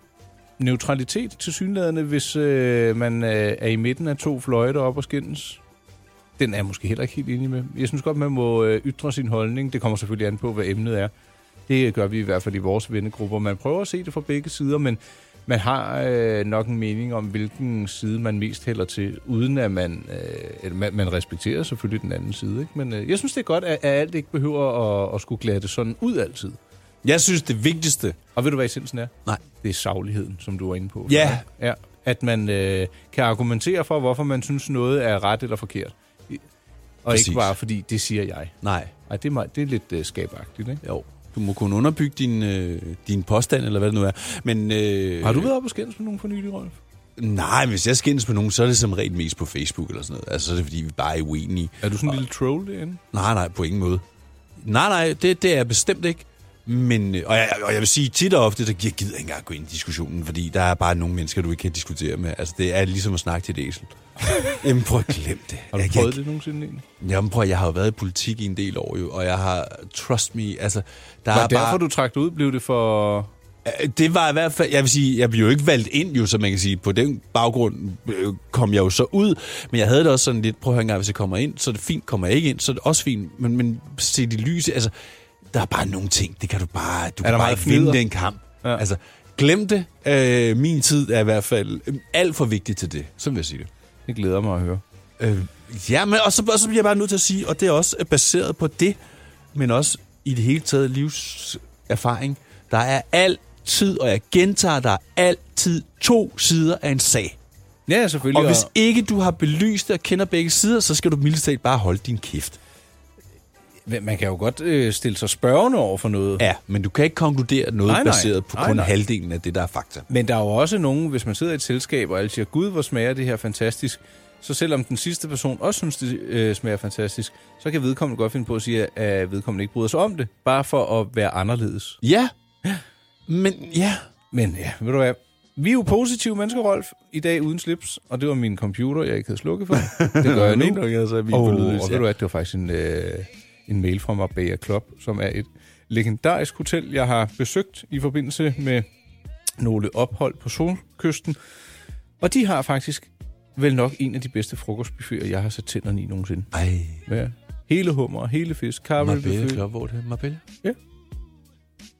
B: neutralitet til synlædende, hvis øh, man øh, er i midten af to fløjter op og skændes, den er jeg måske heller ikke helt enig med. Jeg synes godt, man må øh, ytre sin holdning. Det kommer selvfølgelig øh, an på, hvad emnet er. Det gør vi i hvert fald i vores vennegrupper. Man prøver at se det fra begge sider, men man har øh, nok en mening om, hvilken side man mest hælder til, uden at man... Øh, eller man, man respekterer selvfølgelig den anden side, ikke? Men øh, jeg synes, det er godt, at, at alt ikke behøver at, at skulle glatte sådan ud altid.
C: Jeg synes, det vigtigste...
B: Og ved du, hvad essensen er?
C: Nej.
B: Det er sagligheden, som du var inde på.
C: Ja.
B: ja. At man øh, kan argumentere for, hvorfor man synes, noget er ret eller forkert. I- Og Præcis.
C: Præcis.
B: ikke bare, fordi det siger jeg.
C: Nej.
B: Ej, det er, meget, det er lidt øh, skabagtigt, ikke?
C: Jo. Du må kunne underbygge din, øh, din påstand, eller hvad det nu er. Men, øh,
B: Har du været op og skændes med nogen for nylig, Rolf?
C: Nej, men hvis jeg skændes med nogen, så er det som regel mest på Facebook eller sådan noget. Altså, så er det fordi, vi bare er uenige.
B: Er du sådan en lille troll derinde?
C: Nej, nej, på ingen måde. Nej, nej, det, det er jeg bestemt ikke. Men, øh, og, jeg, og jeg vil sige, tit og ofte, der jeg gider ikke engang gå ind i diskussionen, fordi der er bare nogle mennesker, du ikke kan diskutere med. Altså, det er ligesom at snakke til et æsel. Jamen, prøv at glemme det.
B: Har du
C: Jeg- jeg-
B: prøvet det nogensinde egentlig?
C: Jamen, prøv at- jeg har jo været i politik i en del år, jo, og jeg har, trust me, altså, der
B: Var
C: er
B: det derfor,
C: bare...
B: du trak det ud? Blev det for...
C: Øh, Det var i hvert fald, jeg vil sige, jeg blev jo ikke valgt ind jo, som man kan sige. På den baggrund øh, kom jeg jo så ud, men jeg havde det også sådan lidt, prøv at høre en gang, hvis jeg kommer ind, så er det fint, kommer jeg ikke ind, så er det også fint, men, men se det lyse, altså, der er bare nogle ting, det kan du bare, du kan
B: der
C: bare
B: meget
C: ikke vinde
B: fnider?
C: den kamp. Ja. Altså, glem det. Øh, min tid er i hvert fald øh, alt for vigtig til det, som vil jeg sige det.
B: Det glæder mig at høre.
C: Øh, ja, men og så, og så bliver jeg bare nødt til at sige, og det er også baseret på det, men også i det hele taget livserfaring. Der er altid, og jeg gentager, der er altid to sider af en sag.
B: Ja, selvfølgelig.
C: Og hvis ikke du har belyst det og kender begge sider, så skal du mildest talt bare holde din kæft.
B: Men Man kan jo godt øh, stille sig spørgende over for noget.
C: Ja, men du kan ikke konkludere noget
B: Nej,
C: nej,
B: nej.
C: nej. baseret på
B: Nej,
C: kun
B: nej.
C: halvdelen af det, der er fakta.
B: Men der er jo også nogen, hvis man sidder i et selskab, og alle siger, gud, hvor smager det her fantastisk, så selvom den sidste person også synes, det øh, smager fantastisk, så kan vedkommende godt finde på at sige, at vedkommende ikke bryder sig om det, bare for at være anderledes.
C: Ja, men ja.
B: Men ja, ved du hvad? Vi er jo positive mennesker, Rolf, i dag uden slips, og det var min computer, jeg ikke havde slukket for. Det gør jeg nu.
C: Fint nok, altså, vi er
B: og,
C: på
B: og
C: lydløs,
B: ved
C: ja.
B: du hvad, det var faktisk en, øh, en mail fra Marbella Club, som er et legendarisk hotel, jeg har besøgt i forbindelse med nogle ophold på solkysten. Og de har faktisk vel nok en af de bedste frokostbuffeter, jeg har sat tænderne i nogensinde.
C: Ej,
B: Ja. Hele hummer, hele fisk, karmelbuffet.
C: Marbella, hvor er det? Marbella?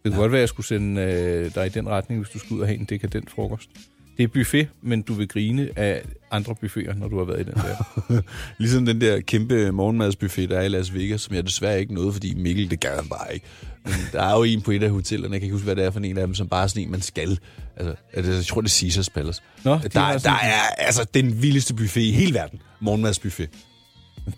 B: Det kunne godt være, at jeg skulle sende øh, dig i den retning, hvis du skulle ud og have en dekadent frokost. Det er buffet, men du vil grine af andre buffeter, når du har været i den der.
C: Ligesom den der kæmpe morgenmadsbuffet, der er i Las Vegas, som jeg desværre ikke nåede, fordi Mikkel, det gad han bare ikke. Men der er jo en på et af hotellerne, jeg kan ikke huske, hvad det er for en af dem, som bare er sådan en, man skal. Altså, er det- jeg tror, det er Caesars Palace.
B: Nå, de
C: der,
B: har
C: der
B: sådan-
C: er altså den vildeste buffet i hele verden. Morgenmadsbuffet.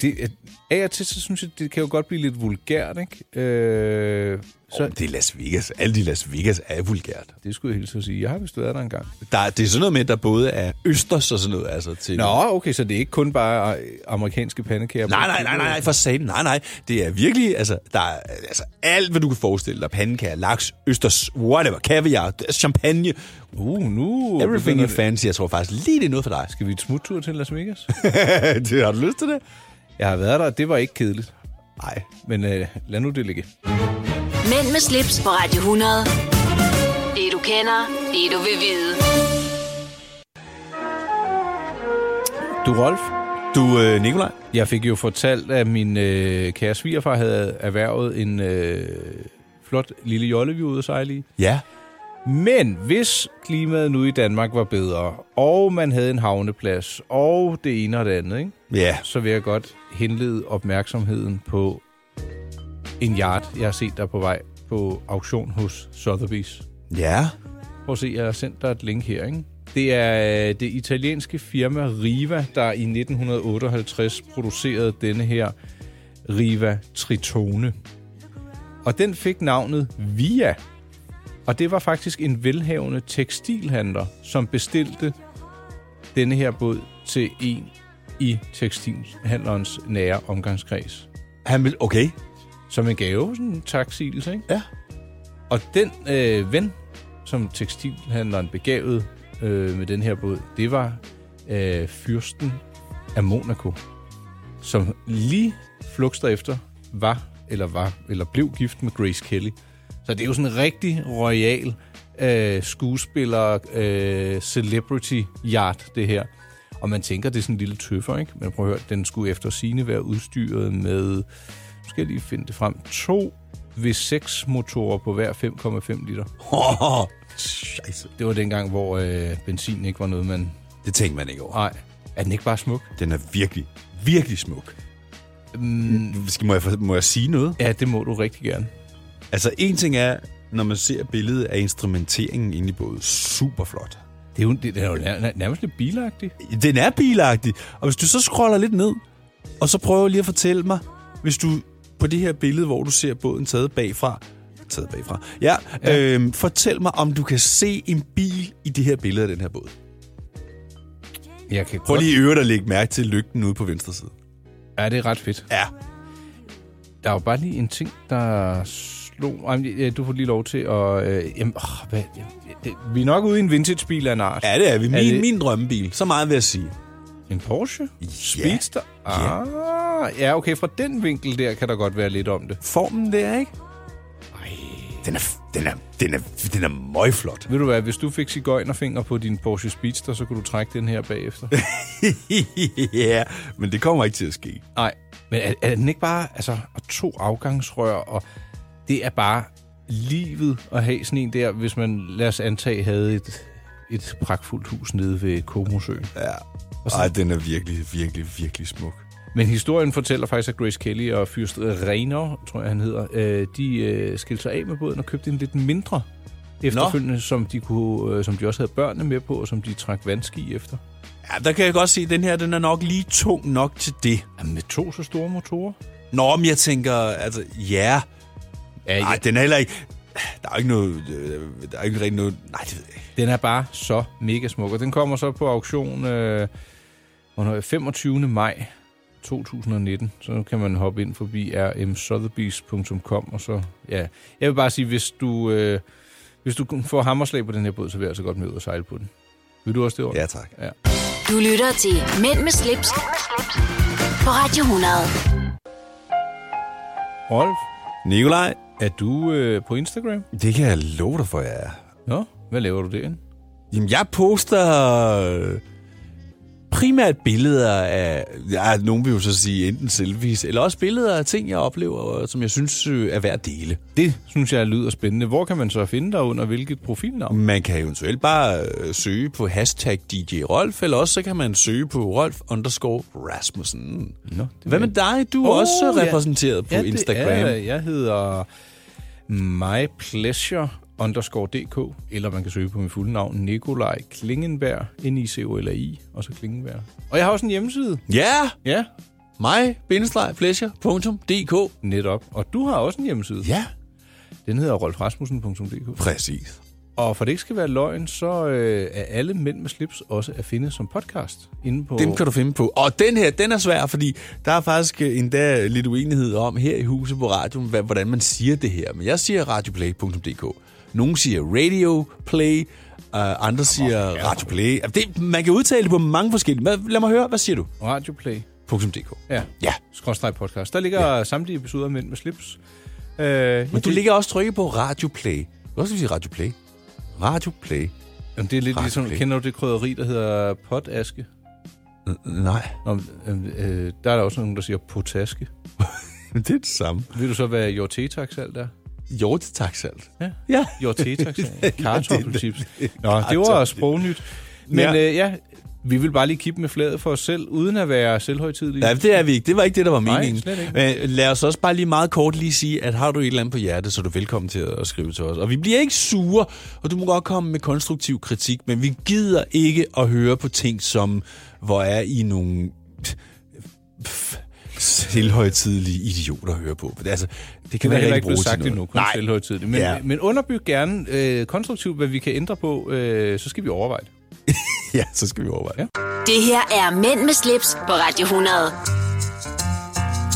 B: det, er- af og til, så synes jeg, det kan jo godt blive lidt vulgært, ikke? Øh,
C: Så... Oh,
B: så,
C: det er Las Vegas. Alt i Las Vegas er vulgært.
B: det skulle jeg hilse at sige. Jeg har vist været der engang.
C: Der, det er sådan noget med, at der både er østers og sådan noget. Altså, til
B: Nå, okay, så det er ikke kun bare øh, amerikanske pandekager.
C: Nej, nej, nej, nej, nej, for satan. Nej, nej. Det er virkelig, altså, der er altså, alt, hvad du kan forestille dig. Pandekager, laks, østers, whatever, kaviar, champagne.
B: Uh, nu...
C: Everything
B: begynder
C: is
B: det.
C: fancy. Jeg tror faktisk lige, det er noget for dig.
B: Skal vi et smuttur til Las Vegas?
C: det, har du lyst til det?
B: jeg har været der, og det var ikke kedeligt.
C: Nej.
B: Men øh, lad nu det ligge.
A: Mænd med slips på Radio 100. Det du kender, det du vil vide.
B: Du, Rolf,
C: Du, øh, Nikolaj?
B: Jeg fik jo fortalt, at min øh, kære svigerfar havde erhvervet en øh, flot lille jolle, vi var ude at sejle i.
C: Ja.
B: Men hvis klimaet nu i Danmark var bedre, og man havde en havneplads, og det ene og det andet, ikke?
C: Ja.
B: så vil jeg godt henlede opmærksomheden på en yard, jeg har set der på vej på auktion hos Sotheby's.
C: Ja.
B: Prøv at se, jeg har sendt dig et link her, ikke? Det er øh, det italienske firma Riva, der i 1958 producerede denne her Riva Tritone. Og den fik navnet Via. Og det var faktisk en velhavende tekstilhandler, som bestilte denne her båd til en i tekstilhandlerens nære omgangskreds.
C: Han vil, okay.
B: Som en gave, sådan en taksigelse, ikke?
C: Ja.
B: Og den øh, ven, som tekstilhandleren begavede øh, med den her båd, det var øh, fyrsten af Monaco, som lige flugster efter var eller var eller blev gift med Grace Kelly. Så det er jo sådan en rigtig royal øh, skuespiller øh, celebrity yard det her. Og man tænker, det er sådan en lille tøffer, ikke? Men prøv at høre, den skulle efter sine være udstyret med, nu skal jeg lige finde det frem, to V6-motorer på hver 5,5 liter.
C: Oh, scheisse.
B: Det var dengang, hvor øh, benzin ikke var noget, man...
C: Det tænkte man ikke over.
B: Nej, er den ikke bare smuk?
C: Den er virkelig, virkelig smuk. Mm. Skal, må, jeg, få- må jeg sige noget?
B: Ja, det må du rigtig gerne.
C: Altså, en ting er, når man ser billedet af instrumenteringen inde i båden, super flot.
B: Det er jo, det, det er jo nær- nærmest lidt bilagtigt.
C: Den er bilagtig. Og hvis du så scroller lidt ned, og så prøver lige at fortælle mig, hvis du på det her billede, hvor du ser båden taget bagfra, taget bagfra, ja, ja. Øhm, fortæl mig, om du kan se en bil i det her billede af den her båd.
B: Jeg kan
C: Prøv
B: godt...
C: lige i øvrigt at lægge mærke til lygten ude på venstre side.
B: Ja, det er ret fedt.
C: Ja.
B: Der er jo bare lige en ting, der slog... Ej, men, øh, du får lige lov til at... Øh, jamen, åh, hvad, jamen, det, vi er nok ude i en vintagebil af en art.
C: Ja, det er vi. Min,
B: Er det-
C: min drømmebil. Så meget vil jeg sige.
B: En Porsche? Speedster? Ah, ja, okay. Fra den vinkel der kan der godt være lidt om det.
C: Formen der, ikke? Den er, f- den er, den er, den er møgflot.
B: Ved du hvad, hvis du fik cigøjnerfinger på din Porsche Speedster, så kunne du trække den her bagefter.
C: ja, men det kommer ikke til at ske.
B: Nej, men er, er den ikke bare... Altså, og to afgangsrør, og det er bare livet at have sådan en der, hvis man, lad os antage, havde et, et pragtfuldt hus nede ved Komosøen.
C: Ja. Ej, den er virkelig, virkelig, virkelig smuk.
B: Men historien fortæller faktisk, at Grace Kelly og fyrst Rainer, tror jeg han hedder, øh, de øh, skilte sig af med båden og købte en lidt mindre efterfølgende, som de, kunne, øh, som de også havde børnene med på, og som de trak vandski efter.
C: Ja, der kan jeg godt se, at den her den er nok lige tung nok til det.
B: Jamen, med to så store motorer.
C: Nå, men jeg tænker, altså, ja.
B: Ja,
C: Nej,
B: ja,
C: den er heller ikke... Der er jo ikke noget... øh, Der er jo ikke rigtig noget... Nej, det ved jeg ikke.
B: den er bare så mega smuk, og den kommer så på auktion øh, hvornår- 25. maj 2019. Så kan man hoppe ind forbi rmsotheby's.com, og så... Ja, jeg vil bare sige, hvis du... Øh, hvis du får hammerslag på den her båd, så vil jeg altså godt med ud og sejle på den. Vil du også det, Orden?
C: Ja, tak.
A: Du lytter til Mænd med slips, på Radio 100.
B: Rolf,
C: Nikolaj,
B: er du øh, på Instagram?
C: det kan jeg love dig for, jeg er.
B: Nå, hvad laver du derinde?
C: Jamen, jeg poster øh, primært billeder af, ja, nogen vil jo så sige enten selfies, eller også billeder af ting, jeg oplever, og som jeg synes øh, er værd at dele.
B: Det synes jeg lyder spændende. Hvor kan man så finde dig under hvilket profilnavn?
C: Man kan eventuelt bare øh, søge på hashtag DJ Rolf, eller også så kan man søge på Rolf underscore Rasmussen.
B: Nå, det
C: Hvad med dig? Du er oh, også
B: ja.
C: repræsenteret ja. på
B: ja, det
C: Instagram.
B: Er, jeg. jeg hedder mypleasure underscore dk, eller man kan søge på min fulde navn, Nikolaj Klingenberg, n i c o l i og så Klingenberg. Og jeg har også en hjemmeside.
C: Ja,
B: Ja,
C: mig, fleischer.dk.
B: netop. Og du har også en hjemmeside.
C: Ja,
B: Den hedder rolfrasmussen.dk.
C: præcis.
B: Og for det ikke skal være løgn, så øh, er alle mænd med slips også at finde som podcast inde på...
C: Dem kan du finde på. Og den her, den er svær, fordi der er faktisk øh, endda lidt uenighed om her i huset på radioen, hva- hvordan man siger det her. Men jeg siger radioplay.dk. Nogle siger radioplay, uh, andre siger radioplay. Det, man kan udtale det på mange forskellige. Hvad- Lad mig høre, hvad siger du?
B: Radioplay.
C: .dk.
B: Ja.
C: Ja.
B: Skråstreg podcast. Der ligger ja. samtlige episoder af Mænd med slips. Øh,
C: Men du ligger også trykket på radioplay. Du kan også sige radioplay. Radioplay.
B: jamen, det er lidt ligesom,
C: Radioplay.
B: kender du det krydderi, der hedder potaske?
C: N- Nej,
B: Nå, øh, øh, der er der også nogen, der siger potaske.
C: men det er det samme.
B: Ved du så, hvad your tetaxalt er?
C: Hjortetaksalt.
B: Ja.
C: Ja.
B: Your tetaxalt. Kartoffelchips. Nå, det var
C: Kartoffel.
B: sprognyt. Men ja.
C: Ja.
B: Øh, ja, vi vil bare lige kippe med flaget for os selv, uden at være selvhøjtidlige.
C: Ja, det er vi ikke. Det var ikke det, der var
B: Nej,
C: meningen.
B: slet ikke.
C: Men øh, lad os også bare lige meget kort lige sige, at har du et eller andet på hjerte, så er du velkommen til at skrive til os. Og vi bliver ikke sure, og du må godt komme med konstruktiv kritik, men vi gider ikke at høre på ting som, hvor er I nogle pff, selvhøjtidelige idioter at høre på. For det- Altså, det kan
B: Det er
C: man
B: heller
C: ikke
B: ikke
C: bruge
B: blevet
C: til
B: sagt
C: noget.
B: endnu, kun
C: Nej,
B: selvhøjtidligt. Men,
C: Ja.
B: ja. men underbyg gerne øh, konstruktivt, hvad vi kan ændre på, øh, så skal vi overveje det.
C: ja, så skal vi overveje.
B: Ja.
A: Det her er Mænd med slips på Radio 100.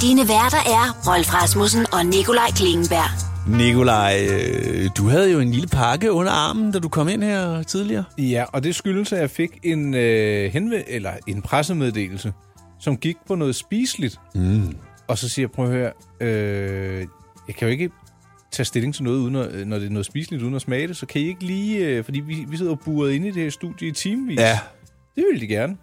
A: Dine værter er Rolf Rasmussen og Nikolaj Klingenberg.
C: Nikolaj, øh, du havde jo en lille pakke under armen, da du kom ind her tidligere.
B: Ja, og det skyldes, at jeg fik en, øh, henve- eller en pressemeddelelse, som gik på noget spiseligt. Mm. Og så siger jeg, prøv at høre, øh, jeg kan jo ikke tage stilling til noget, uden at, når det er noget spiseligt, uden at smage det, så kan I ikke lige, øh, fordi vi, vi sidder jo buret inde i det her studie i timevis. Det vil de gerne.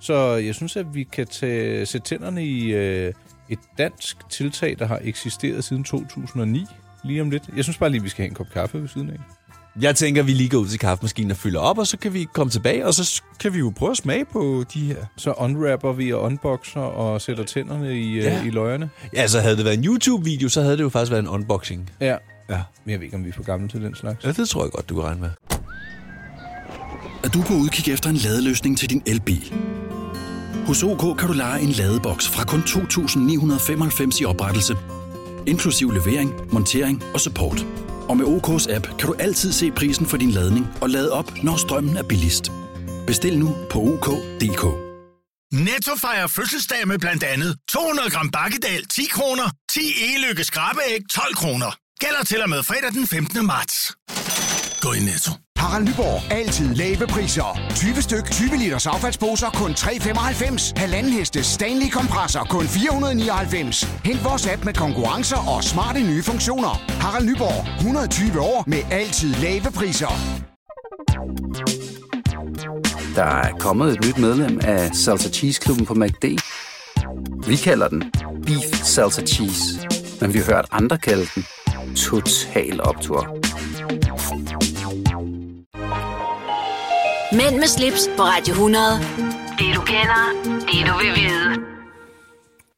B: Så jeg synes, at vi kan tage, sætte tænderne i øh, et dansk tiltag, der har eksisteret siden 2009. lige om lidt. Jeg synes bare lige, vi skal have en kop kaffe ved siden af.
C: Jeg tænker, vi lige går ud til kaffemaskinen og fylder op, og så kan vi komme tilbage, og så s- kan vi jo prøve at smage på de her.
B: Så unwrapper vi og unboxer og sætter tænderne i, ja.
C: Ja.
B: øh, i løjerne.
C: Ja, så havde det været en YouTube-video, så havde det jo faktisk været en unboxing.
B: Ja.
C: Ja.
B: Men jeg ved ikke, om vi er for gamle til den slags.
C: Ja, det tror jeg godt, du kan regne med.
F: Er du på udkig efter en ladeløsning til din elbil? Hos OK kan du lege en ladeboks fra kun 2.995 i oprettelse, inklusiv levering, montering og support. Og med OK's app kan du altid se prisen for din ladning og lade op, når strømmen er billigst. Bestil nu på OK.dk.
G: Netto fejrer fødselsdag med blandt andet 200 gram bakkedal 10 kroner, 10 e-lykke skrabeæg 12 kroner. Gælder til og med fredag den 15. marts. Gå i Netto.
H: Harald Nyborg. Altid lave priser. 20 styk, 20 liters affaldsposer kun 3,95. Halvanden heste Stanley kompresser kun 499. Hent vores app med konkurrencer og smarte nye funktioner. Harald Nyborg. 120 år med altid lave priser.
I: Der er kommet et nyt medlem af Salsa Cheese Klubben på MACD. Vi kalder den Beef Salsa Cheese, men vi har hørt andre kalde den Total Optor.
A: Mænd med slips på Radio 100. Det du kender, det du vil vide.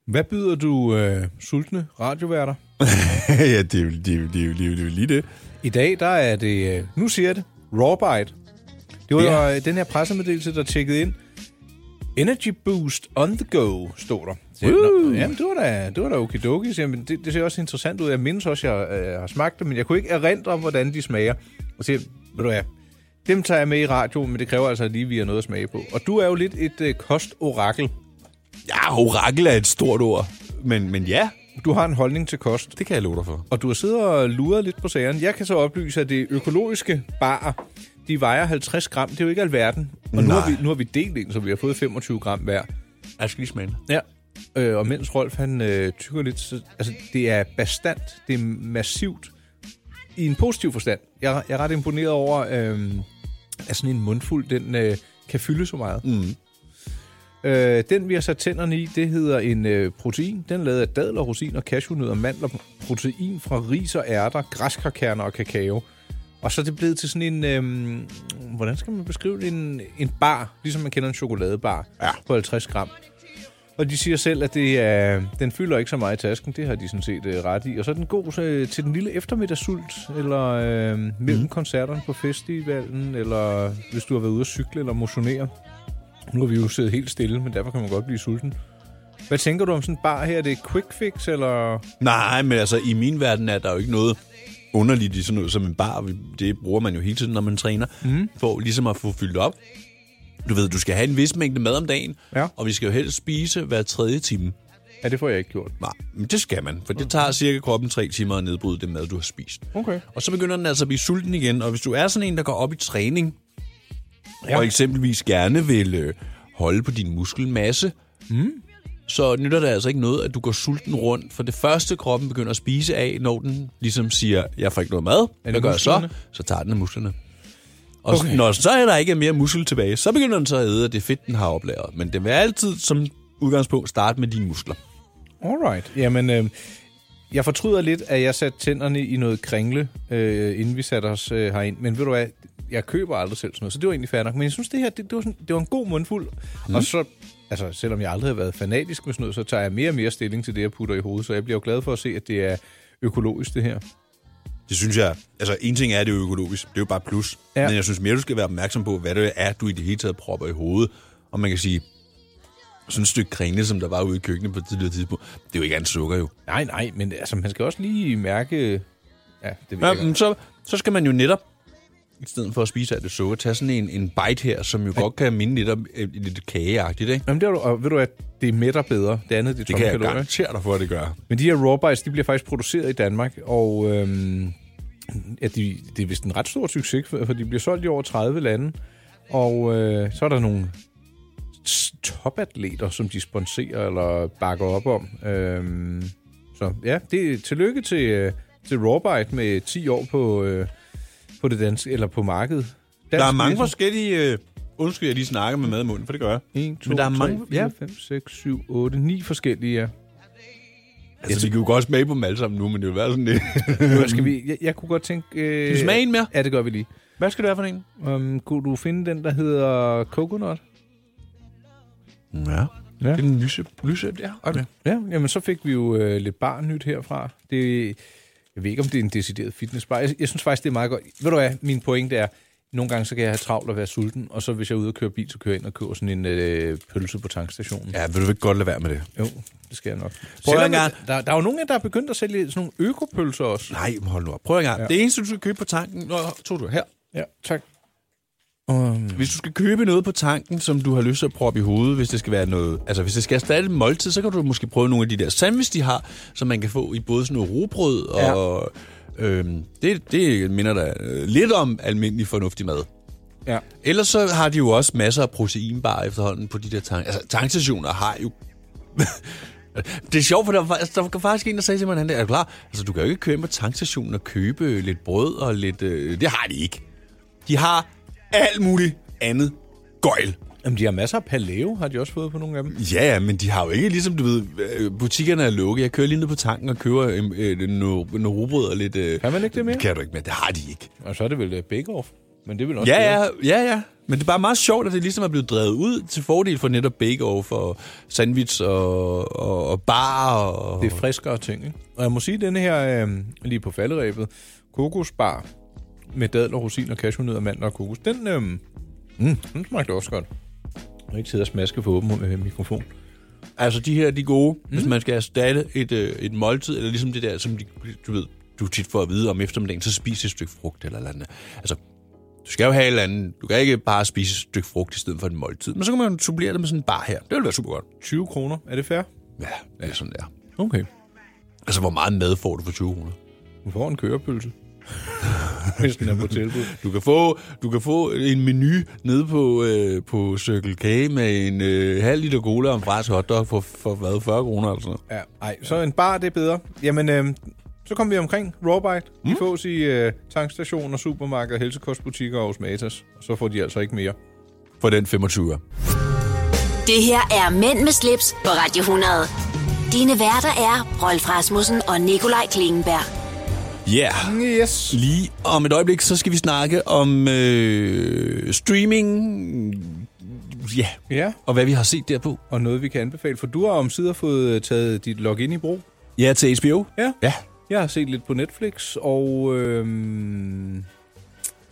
B: Hvad byder du øh, sultne radioværter?
C: ja, det er, jo, det, er jo, det, er jo, det er jo- det er jo lige det.
B: I dag, der er det, øh, nu siger jeg det, Rawbite. Det var
C: Ja.
B: jo øh, den her pressemeddelelse, der tjekkede ind. Energy Boost on the go, stod der. Så,
C: Woo!
B: nå, Jamen, det var da, det var da okidoki. Så, jamen, det, det ser også interessant ud. Jeg mindes også, at jeg øh, har smagt dem, men jeg kunne ikke erindre, om, hvordan de smager. Og så siger jeg, ved du hvad, dem tager jeg med i radio, men det kræver altså lige, at vi har noget at smage på. Og du er jo lidt et øh, kostorakel.
C: Ja, orakel er et stort ord. Men, men ja,
B: Du har en holdning til kost.
C: det kan jeg love dig for.
B: og du har siddet og luret lidt på sagerne. Jeg kan så oplyse, at det økologiske bar, de vejer 50 gram. Det er jo ikke alverden. Og nu har, vi, nu har vi delt en, så vi har fået 25 gram hver.
C: Jeg skal lige smage den.
B: Ja. Øh, og mens Rolf han øh, tykker lidt, så, altså det er bastant, det er massivt, i en positiv forstand. Jeg, jeg er ret imponeret over, øh, at sådan en mundfuld, den øh, kan fylde så meget. Mm. Øh, den vi har sat tænderne i, det hedder en øh, protein. Den er lavet af dadler, rosiner, cashewnødder, mandler, protein fra ris og ærter, græskarkerner og kakao. Og så er det blevet til sådan en, øhm, hvordan skal man beskrive det, en, en bar, ligesom man kender en chokoladebar ja. på 50 gram. Og de siger selv, at det er, den fylder ikke så meget i tasken. Det har de sådan set øh, ret i. Og så er den god øh, til den lille eftermiddagssult, eller øh, mellem mm. koncerterne på festivalen, eller hvis du har været ude at cykle eller motionere. Nu har vi jo siddet helt stille, men derfor kan man godt blive sulten. Hvad tænker du om sådan en bar her? Er det et quick fix, eller...
C: Nej, men altså, i min verden er der jo ikke noget underligt i sådan noget som en bar. Det bruger man jo hele tiden, når man træner, mm. for ligesom at få fyldt op. Du ved, du skal have en vis mængde mad om dagen,
B: Ja.
C: og vi skal jo helst spise hver tredje time.
B: Ja, det får jeg ikke gjort.
C: Nej, men det skal man, for det tager cirka kroppen tre timer at nedbryde det mad, du har spist.
B: Okay.
C: Og så begynder den altså at blive sulten igen, og hvis du er sådan en, der går op i træning,
B: Ja.
C: ja. og eksempelvis gerne vil øh, holde på din muskelmasse, mm. så nytter det altså ikke noget, at du går sulten rundt, for det første kroppen begynder at spise af, når den ligesom siger, jeg får ikke noget mad, hvad gør jeg så?
B: musklerne?
C: Så tager den af musklerne. Og okay. når så er der ikke er mere muskel tilbage, så begynder den så at æde af det fedt, den har oplæret. Men den vil altid som udgangspunkt starte med dine muskler.
B: Alright. Jamen, øh, jeg fortryder lidt, at jeg satte tænderne i noget kringle, øh, inden vi satte os øh, herind. Men ved du hvad, jeg køber aldrig selv sådan noget, så det var egentlig fair nok. Men jeg synes, det her, det, det, var, sådan, det var en god mundfuld. Mm. Og så, altså, selvom jeg aldrig har været fanatisk med sådan noget, så tager jeg mere og mere stilling til det, jeg putter i hovedet. Så jeg bliver jo glad for at se, at det er økologisk, det her.
C: Det synes jeg, altså en ting er, at det er jo økologisk, det er jo bare et plus.
B: Ja.
C: Ja. Men jeg synes mere, du skal være opmærksom på, hvad det er, du i det hele taget propper i hovedet. Og man kan sige, sådan et stykke kringle, som der var ude i køkkenet på et tidligere tidspunkt, det er jo ikke andet sukker jo.
B: Nej, nej, men altså, man skal også lige mærke... Ja, det ved
C: Ja,
B: jeg godt.
C: men så, så skal man jo netop, i stedet for at spise alt det sukker, tage sådan en, en bite her, som jo godt kan minde lidt om øh, lidt kageagtigt, ikke?
B: Jamen, det er, du- og ved du, at det mætter bedre. Det andet, det er
C: Det
B: tomme
C: kan jeg
B: kalorier.
C: garantere dig for, at det gør.
B: Men de her raw bites, de bliver faktisk produceret i Danmark, og øhm, ja, de, det er vist en ret stor succes, for for de bliver solgt i over 30 lande. Og øh, så er der nogle s- topatleter, som de sponsorer eller bakker op om. Øhm, så ja, det er tillykke til, øh, til raw bite med 10 år på, øh, på det danske, eller på markedet.
C: Der er mange forskellige... Øh, undskyld, jeg lige snakker med mad i munden, for det gør jeg.
B: 1, 2,
C: Men der er
B: 3,
C: mange-
B: 4,
C: ja. Øhm.
B: 5, 6, 7, 8, 9 forskellige, ja.
C: Altså, vi kan jo godt smage på dem alle sammen nu, men det vil være sådan det.
B: Hvad skal vi? Jeg, jeg kunne godt tænke... Øh,
C: Skal vi smage en mere?
B: Ja, det gør vi lige.
C: Hvad skal du have for en?
B: Um, kunne du finde den, der hedder Coconut?
C: Ja.
B: Ja.
C: ja. Det er en lyse, lyse ja, øjeblik.
B: Ja, jamen så fik vi jo øh, lidt barnyt herfra. Det, jeg ved ikke, om det er en decideret fitnessbar. Jeg, jeg synes faktisk, det er meget godt. Ved du hvad, min pointe er, nogle gange så kan jeg have travlt og være sulten, og så hvis jeg er ude og køre bil, så kører jeg ind og køber sådan en øh, pølse på tankstationen.
C: Ja, vil du ikke godt lade være med det?
B: Jo, det skal jeg nok.
C: Prøv
B: Selvom,
C: en gang.
B: der, der er jo nogen, af jer, der er begyndt at sælge sådan nogle økopølser også.
C: Nej, men hold nu op. Prøv en gang.
B: Ja.
C: Ja. Det eneste, du skal købe på tanken... Nå, tog du her.
B: Ja, tak. Um,
C: Hvis du skal købe noget på tanken, som du har lyst til at proppe i hovedet, hvis det skal være noget... Altså, hvis det skal erstatte en måltid, så kan du måske prøve nogle af de der sandwich, de har, som man kan få i både sådan noget rugbrød og... Ja. Øhm, det, det minder da øh, lidt om almindelig fornuftig mad.
B: ja.
C: Ellers så har de jo også masser af proteinbar efterhånden på de der tank... Altså, tankstationer har jo... det er sjovt, for der var, altså, der var faktisk en, der sagde til mig, han der, er du klar? Altså, du kan jo ikke køre ind på tankstationen og købe lidt brød og lidt... Øh, det har de ikke. De har alt muligt andet gøjl.
B: Jamen, de har masser af paleo, har de også fået på nogle af dem.
C: Ja, ja, men de har jo ikke ligesom, du ved, øh, butikkerne er lukket. Jeg kører lige ned på tanken og køber øh, øh, noget, noget rugbrød og lidt... Øh,
B: Kan man ikke det mere?
C: Kan du ikke, men det har de ikke.
B: Og så er det vel øh, Bake Off. Men det vil også
C: Ja, ja, ja, ja. Men det er bare meget sjovt, at det ligesom er blevet drevet ud til fordel for netop Bake Off og sandwich og, og, og bar. Og...
B: Det er friskere ting, ikke? Og jeg må sige, at denne her, øh, lige på falderæbet, kokosbar med dadler, rosiner, cashewnødder, mandler og kokos, den, øh, mm, den smagte også godt. Jeg kan ikke sidde og smaske på åben øh, mikrofon.
C: Altså, de her, de er gode. Mm. Hvis man skal erstatte et, øh, et måltid, eller ligesom det der, som de, du ved, du tit får at vide om eftermiddagen, så spis et stykke frugt eller et eller andet. Altså, du skal jo have et eller andet. Du kan ikke bare spise et stykke frugt i stedet for en måltid. Men så kan man jo supplere det med sådan en bar her. Det ville være super godt.
B: 20 kroner, er det fair?
C: Ja, det er sådan der.
B: Okay.
C: Altså, hvor meget mad får du for 20 kroner?
B: Du får en kørepølse. Hvis den er på tilbud.
C: Du kan få, du kan få en menu nede på, øh, på Circle K med en øh, halv liter cola og en fransk hotdog for, for hvad, 40 kroner eller sådan noget.
B: Ja, ej, så en bar, det er bedre. Jamen, øh, så kom vi omkring Rawbite. De mm. fås i øh, tankstationer, supermarkeder, helsekostbutikker og hos Matas. Og så får de altså ikke mere.
C: For den 25.
A: Det her er Mænd med slips på Radio 100. Dine værter er Rolf Rasmussen og Nikolaj Klingenberg.
C: Ja, yeah.
B: Yes.
C: lige om et øjeblik, så skal vi snakke om øh, streaming, ja,
B: Ja,
C: og hvad vi har set derpå.
B: og noget vi kan anbefale, for du har omsider fået øh, taget dit login i brug.
C: Ja, til HBO.
B: Ja.
C: Ja.
B: Jeg har set lidt på Netflix, og øhm,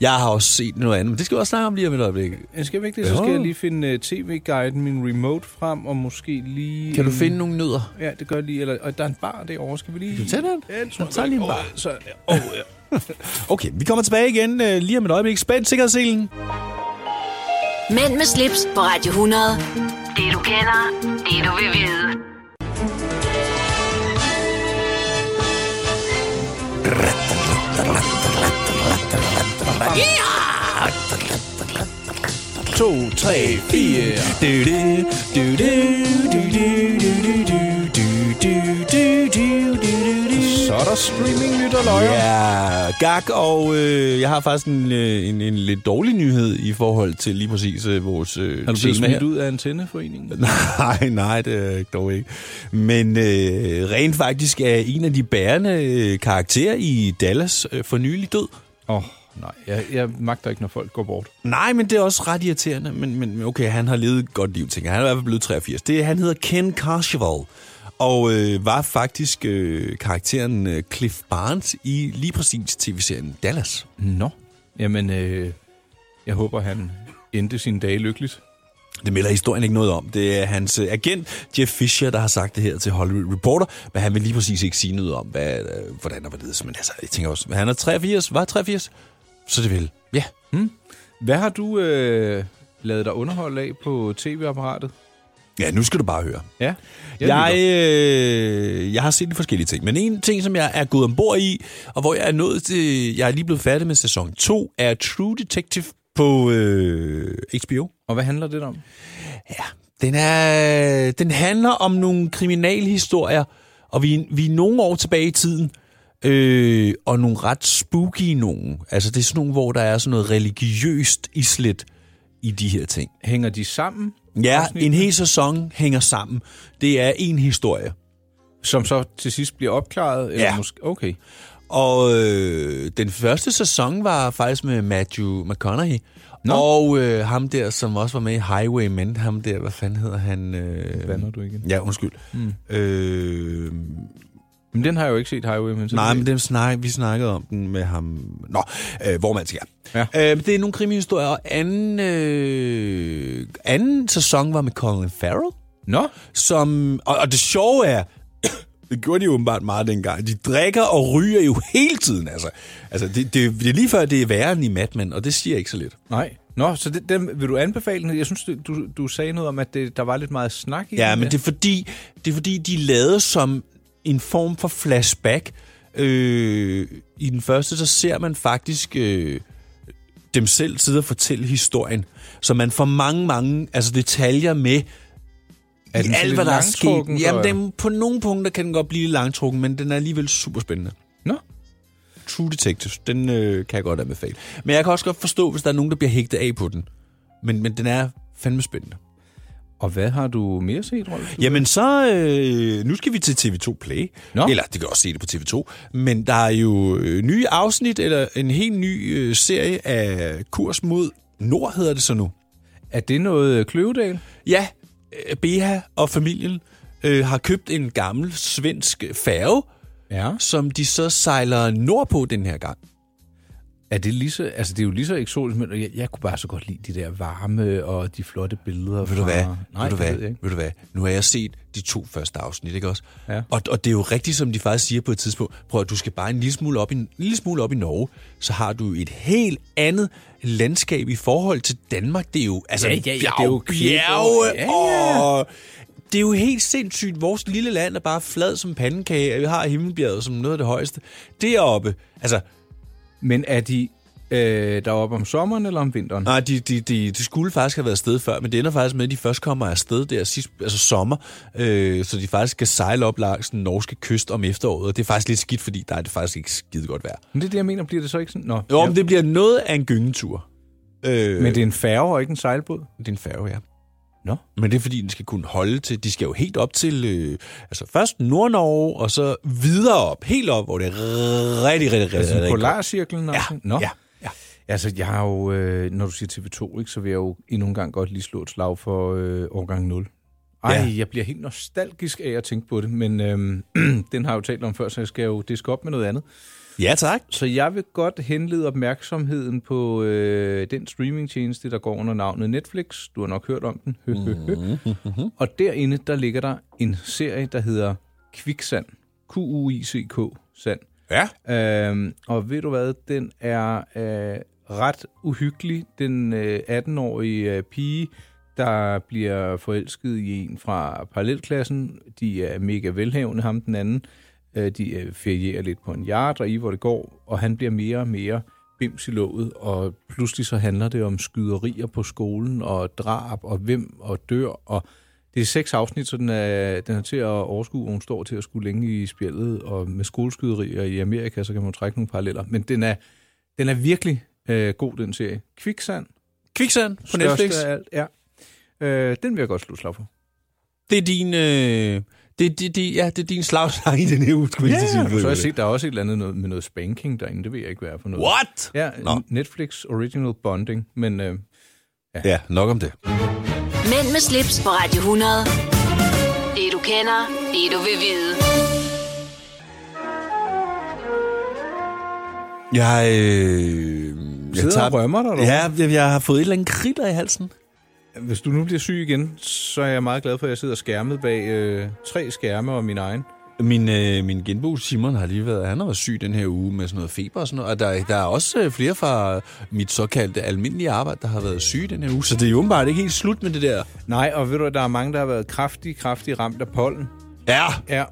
C: Jeg har også set noget andet, men det skal vi også snakke om lige om et øjeblik.
B: jeg skal virkelig, så
C: Jo.
B: skal jeg lige finde uh, tv-guiden, min remote frem, og måske lige...
C: Kan du finde nogle nødder?
B: Ja, det gør jeg lige. Eller, og der er en bar derovre, skal vi lige... Kan
C: du tage den?
B: Ja, det tror jeg.
C: Så tager jeg lige en
B: godt.
C: bar.
B: Åh, Så, åh, ja.
C: Okay, vi kommer tilbage igen øh, lige om et øjeblik. Spænd sikkerhedsselen.
A: Mænd med slips på Radio 100. Det du kender, det du vil vide.
C: to, tre, fire. Du, du, du, du, du, du, du, du, du, du, du, du, du, du, du.
B: Så er der streaming nyt og løjer.
C: Ja, gak, og øh, jeg har faktisk en, øh, en, en lidt dårlig nyhed i forhold til lige præcis øh, vores
B: Er
C: øh,
B: du blevet
C: tema her.
B: smidt ud af antenneforeningen?
C: Nej, nej, det er jeg dog ikke. Men øh, rent faktisk er en af de bærende øh, karakterer i Dallas øh, for nylig død.
B: Åh, oh, nej. Jeg, jeg magter ikke, når folk går bort.
C: Nej, men det er også ret irriterende. Men, men men okay, han har levet et godt liv, tænker jeg. Han er i hvert fald blevet 83. Det, han hedder Ken Carnival, og øh, var faktisk øh, karakteren øh, Cliff Barnes i lige præcis tv-serien Dallas.
B: Nå. Jamen, øh, jeg håber, han endte sine dage lykkeligt.
C: Det melder historien ikke noget om. Det er hans øh, agent, Jeff Fisher, der har sagt det her til Hollywood Reporter, men han vil lige præcis ikke sige noget om, hvad, øh, hvordan og hvorledes. Men altså, jeg tænker også, han er 83, var 83, så er det vel. Ja,
B: Hvad har du øh, lavet dig underholde af på tv-apparatet?
C: ja nu skal du bare høre.
B: Ja.
C: Jeg,
B: lytter.
C: øh, jeg har set lidt forskellige ting, men en ting, som jeg er gået ombord i, og hvor jeg er nået til, jeg er lige blevet færdig med sæson 2, er True Detective på øh, HBO.
B: Og hvad handler det om?
C: Den, er, den handler om nogle kriminalhistorier, og vi, er- vi er nogle år tilbage i tiden, øh, og nogle ret spooky nogen. Altså det er sådan nogle, hvor der er sådan noget religiøst islet i de her ting.
B: Hænger de sammen?
C: Ja,
B: Afsnittene?
C: en hel sæson hænger sammen. Det er en historie.
B: Som så til sidst bliver opklaret? Eller
C: Ja.
B: Måske, okay.
C: Og øh, den første sæson var faktisk med Matthew McConaughey. No. Og øh, ham der, som også var med i Highwaymen, ham der, hvad fanden hedder han? Øh,
B: Bander du igen?
C: Ja, undskyld. Mm. Øh,
B: Men den har jeg jo ikke set Highwaymen. så
C: nej,
B: det-
C: men dem snak, vi snakkede om den med ham. Nå, øh, hvor man skal.
B: Ja.
C: Øh, det er nogle krimihistorier, og anden, øh, anden sæson var med Colin Farrell
B: Nå,
C: som... Og, og det sjove er, det gjorde de jo åbenbart meget dengang, de drikker og ryger jo hele tiden, altså. Altså, det, det, det er lige før, det er værre end i Mad Men, og det siger jeg ikke så lidt.
B: nej. Nå, så det, dem, vil du anbefale den? Jeg synes, det- du, du sagde noget om, at det, der var lidt meget snak i
C: Ja,
B: den
C: men
B: der.
C: det er fordi, det er fordi de lavede som en form for flashback. Øh, I den første, så ser man faktisk øh, dem selv sidde og fortælle historien. Så man får mange, mange altså detaljer med
B: Er
C: i
B: den så
C: alt,
B: lidt
C: hvad der er sket.
B: langtrukken, tror
C: Jamen,
B: jeg?
C: den, på nogle punkter kan den godt blive lidt langtrukken, men den er alligevel super spændende.
B: Nå,
C: True Detective, den øh, kan jeg godt anbefale. Men jeg kan også godt forstå, hvis der er nogen, der bliver hægtet af på den. Men, men den er fandme spændende.
B: og hvad har du mere set, Rolf?
C: Jamen så, øh, nu skal vi til TV2 Play.
B: Nå.
C: Eller det kan også se det på TV2. Men der er jo øh, nye afsnit, eller en helt ny øh, serie af Kurs mod Nord, hedder det så nu.
B: Er det noget øh, Kløvedal?
C: Ja, øh, Beha og familien øh, har købt en gammel svensk færge,
B: Ja.
C: som de så sejler nordpå den her gang.
B: Er det, lige så, altså det er jo lige så eksotisk, men jeg, jeg kunne bare så godt lide de der varme og de flotte billeder.
C: Ved du
B: fra-
C: hvad?
B: Nej,
C: ved du
B: det
C: hvad?
B: ved jeg ikke.
C: Ved du hvad? Nu har jeg set de to første afsnit, ikke også?
B: Ja.
C: Og, og det er jo rigtigt, som de faktisk siger på et tidspunkt. Prøv at du skal bare en lille smule op i, en lille smule op i Norge, så har du et helt andet landskab i forhold til Danmark. Det er jo altså
B: Ja, ja, ja, det er
C: bjerg,
B: jo klipper.
C: bjerge
B: Ja, ja.
C: og... Det er jo helt sindssygt. Vores lille land er bare flad som pandekage, og vi har himmelbjerget som noget af det højeste. Deroppe, altså,
B: Men er de øh, deroppe om sommeren eller om vinteren?
C: Nej, de, de, de, de skulle faktisk have været afsted før, men det ender faktisk med, at de først kommer afsted der sidst, altså sommer, øh, så de faktisk skal sejle op langs den norske kyst om efteråret, og det er faktisk lidt skidt, fordi der er det faktisk ikke skide godt vejr.
B: Men det er det, jeg mener. Bliver det så ikke sådan? Nå,
C: Jo, ja. men det bliver noget af en gyngetur. Øh,
B: Men det er en færge og ikke en sejlbåd?
C: det er en færge, ja.
B: Nå.
C: Men det er fordi, den skal kunne holde til, de skal jo helt op til, øh, altså først Nord-Norge, og så videre op, helt op, hvor det er rigtig, rigtig, rigtig,
B: Altså
C: rigtig,
B: sådan
C: rigtig
B: polarcirklen? Og sådan?
C: Ja,
B: Nå.
C: ja, ja.
B: Altså, jeg har jo, øh, når du siger TV2, ikke, så vil jeg jo endnu en gang godt lige slå et slag for øh, årgang 0. Ej,
C: Ja.
B: ja. jeg bliver helt nostalgisk af at tænke på det, men øhm, den har jeg jo talt om før, så jeg skal jo diske op med noget andet.
C: Ja, tak.
B: Så jeg vil godt henlede opmærksomheden på øh, den streamingtjeneste, der går under navnet Netflix. Du har nok hørt om den. Hø, hø, hø. Og derinde, der ligger der en serie, der hedder Kviksand. Q-U-I-C-K. Sand.
C: Ja.
B: Øhm, og ved du hvad, den er øh, ret uhyggelig. Den øh, 18-årige øh, pige, der bliver forelsket i en fra parallelklassen. De er mega velhavende, ham den anden. Øh, de øh, ferierer lidt på en yard og i, hvor det går. Og han bliver mere og mere bims i låget, og pludselig så handler det om skyderier på skolen, og drab, og hvem, og dør, og det er seks afsnit, så den er, den er til at overskue, og hun står til at skulle længe i spjældet, og med skoleskyderier i Amerika, så kan man trække nogle paralleller. Men den er, den er virkelig øh, god, den serie. Kviksand.
C: Kviksand på
B: største
C: Netflix.
B: af alt, ja. Øh, den vil jeg godt slutte slag for.
C: Det er din... Øh, det, det, det, ja, det er din slagsang i den her uge, skulle jeg til at sige.
B: så har jeg set, der er også et eller andet noget, med noget spanking derinde. Det ved jeg ikke, hvad er for noget.
C: What?
B: Ja,
C: Nå.
B: Netflix Original Bonding. Men øh,
C: Ja, nok om det.
A: Mænd med slips på Radio 100. Det du kender, det du vil vide.
C: Jeg, øh,
B: Sidder og rømmer dig, eller
C: Ja, jeg, jeg har fået et eller andet kritter i halsen.
B: hvis du nu bliver syg igen, så er jeg meget glad for, at jeg sidder skærmet bag øh, tre skærme og min egen.
C: Min, øh, min genbo Simon har lige været, han har været syg den her uge med sådan noget feber og sådan noget, og der, der er også øh, flere fra mit såkaldte almindelige arbejde, der har været syge den her uge, så det er jo åbenbart ikke helt slut med det der.
B: Nej, og ved du, at der er mange, der har været kraftig, kraftig ramt af pollen.
C: Ja,
B: Ja,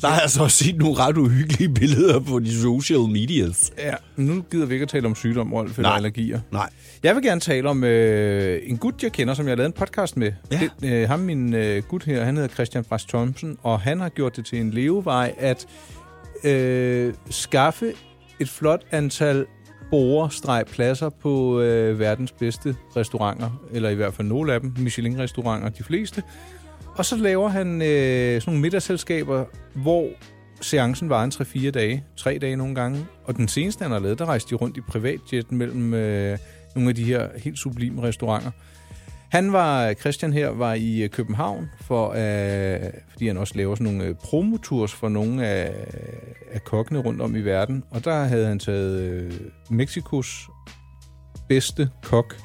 C: der har jeg så også set nogle ret uhyggelige billeder på de social medias.
B: ja. Nu gider vi ikke at tale om sygdom, Rolf, eller
C: Nej.
B: allergier.
C: Nej.
B: Jeg vil gerne tale om øh, en gut, jeg kender, som jeg lavede en podcast med.
C: Ja.
B: Den, øh, ham, min øh, gut her, han hedder Christian Brass Thomsen, og han har gjort det til en levevej at øh, skaffe et flot antal borgerpladser på øh, verdens bedste restauranter, eller i hvert fald nogle af dem, Michelin-restauranter, de fleste. Og så laver han øh, sådan nogle middagsselskaber, hvor seancen var en 3-4 dage, 3 dage nogle gange. Og den seneste, han har lavet, der rejste de rundt i privatjetten mellem øh, nogle af de her helt sublime restauranter. Han var, Christian her, var i øh, København, for, øh, fordi han også laver sådan nogle øh, promotours for nogle af, af kokkene rundt om i verden. Og der havde han taget øh, Mexikos bedste kok,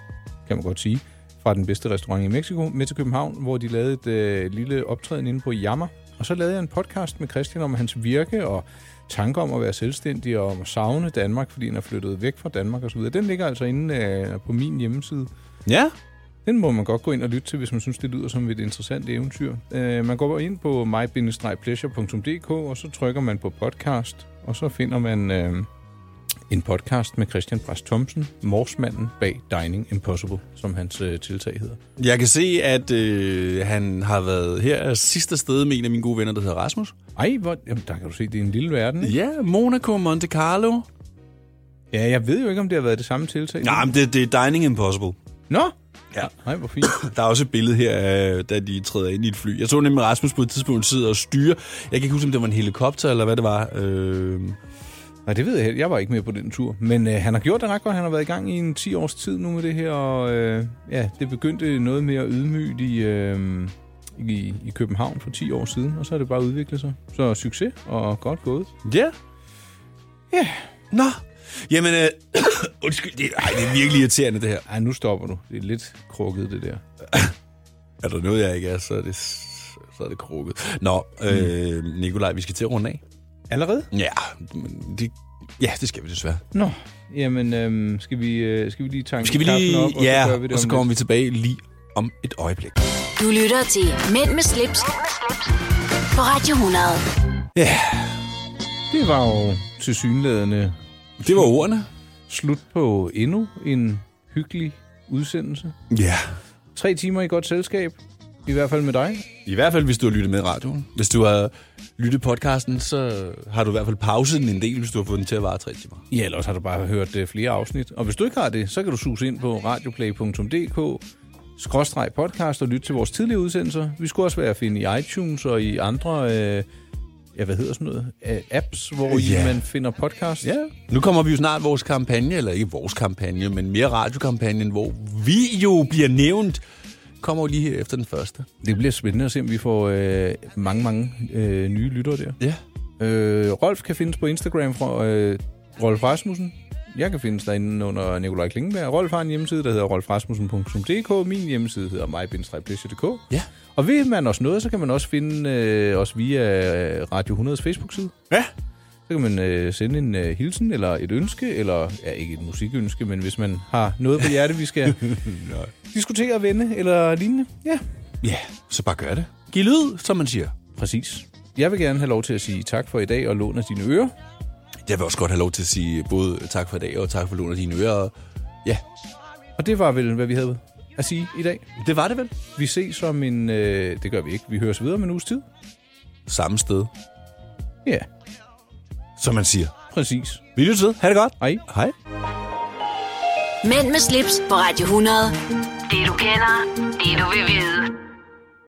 B: kan man godt sige, fra den bedste restaurant i Mexico med til København, hvor de lavede et øh, lille optræden inde på Jammer. Og så lavede jeg en podcast med Christian om hans virke og tanker om at være selvstændig og om at savne Danmark, fordi han er flyttet væk fra Danmark osv. Den ligger altså inde øh, på min hjemmeside.
C: Ja.
B: Den må man godt gå ind og lytte til, hvis man synes, det lyder som et interessant eventyr. Øh, man går bare ind på my-pleasure.dk, og så trykker man på podcast, og så finder man øh, en podcast med Christian Brass Thomsen, morsmanden bag Dining Impossible, som hans øh, tiltag hedder.
C: Jeg kan se, at øh, han har været her sidste sted med en af mine gode venner, der hedder Rasmus.
B: Ej, hvor, jamen, der kan du se, det er en lille verden. ikke?
C: Ja, Monaco, Monte Carlo.
B: Ja, jeg ved jo ikke, om det har været det samme tiltag.
C: Nej, men det, det er Dining Impossible.
B: Nå!
C: Ja.
B: Nej, hvor fint.
C: Der er også et billede her, af, da de træder ind i et fly. Jeg så nemlig Rasmus på et tidspunkt sidde og styre. Jeg kan ikke huske, om det var en helikopter eller hvad det var. Øh,
B: Nej, det ved jeg helt. Jeg var ikke med på den tur. Men øh, han har gjort det ret godt. Han har været i gang i en 10 års tid nu med det her, og øh, ja, det begyndte noget mere ydmygt i, øh, i, i København for 10 år siden, og så har det bare udviklet sig. Så succes og godt gået.
C: Ja. Ja. Nå. Jamen, øh, undskyld. Det, ej, det er virkelig irriterende, det her.
B: Ej, nu stopper du. Det er lidt krukket, det der.
C: Er der noget, jeg ikke er, så er det, så er det krukket. Nå, øh, Nikolaj, vi skal til at runde af.
B: Allerede?
C: Ja, men det, ja, det skal vi desværre.
B: Nå. Jamen, øh, skal, vi, øh, skal vi lige tanke
C: Skal vi
B: kaffen
C: lige...
B: op, og
C: ja,
B: så gør vi det
C: og så
B: om
C: kommer
B: lidt.
C: vi tilbage lige om et øjeblik.
A: Du lytter til Mænd med slips, på Radio 100.
B: Det var jo tilsyneladende
C: Det var ordene.
B: slut på endnu en hyggelig udsendelse.
C: Ja.
B: Tre timer i godt selskab, i hvert fald med dig.
C: I hvert fald, hvis du har lyttet med i radioen. Hvis du har lyttet podcasten, så har du i hvert fald pauset den en del, hvis du har fået den til at vare tre timer.
B: Ja, ellers har du bare hørt øh, flere afsnit. Og hvis du ikke har det, så kan du suge ind på radioplay.dk skråstreg podcast og lytte til vores tidligere udsendelser. Vi skulle også være at finde i iTunes og i andre øh, ja, hvad hedder sådan noget, øh, apps, hvor
C: Ja.
B: yeah. man finder podcast.
C: Ja. Nu kommer vi jo snart vores kampagne, eller ikke vores kampagne, men mere radiokampagnen, hvor vi jo bliver nævnt, kommer jo lige her efter den første.
B: Det bliver spændende at se, om vi får øh, mange, mange øh, nye lyttere der.
C: Ja.
B: Øh, Rolf kan findes på Instagram fra øh, Rolf Rasmussen. Jeg kan findes derinde under Nikolaj Klingenberg. Rolf har en hjemmeside, der hedder rolfrasmussen.dk. Min hjemmeside hedder mig
C: Ja.
B: Og vil man også noget, så kan man også finde øh, os via øh, Radio 100's Facebook-side.
C: Ja.
B: Så kan man øh, sende en øh, hilsen eller et ønske, eller ja, ikke et musikønske, men hvis man har noget på hjerte, vi skal diskutere og vende eller lignende. Ja,
C: Ja, så bare gør det. Giv lyd, som man siger.
B: præcis. Jeg vil gerne have lov til at sige tak for i dag og låne dine ører.
C: Jeg vil også godt have lov til at sige både tak for i dag, og tak for lånet af dine ører. og- Ja,
B: Og det var vel, hvad vi havde at sige i dag.
C: det var det vel.
B: Vi ses som en... Øh, det gør vi ikke. Vi høres videre om en uges tid.
C: Samme sted,
B: Ja,
C: som man siger.
B: præcis.
C: Vi lyttes ved. Ha' det godt.
B: Hej.
C: Hej.
A: Mænd med slips på Radio 100. Det du kender, det du vil vide.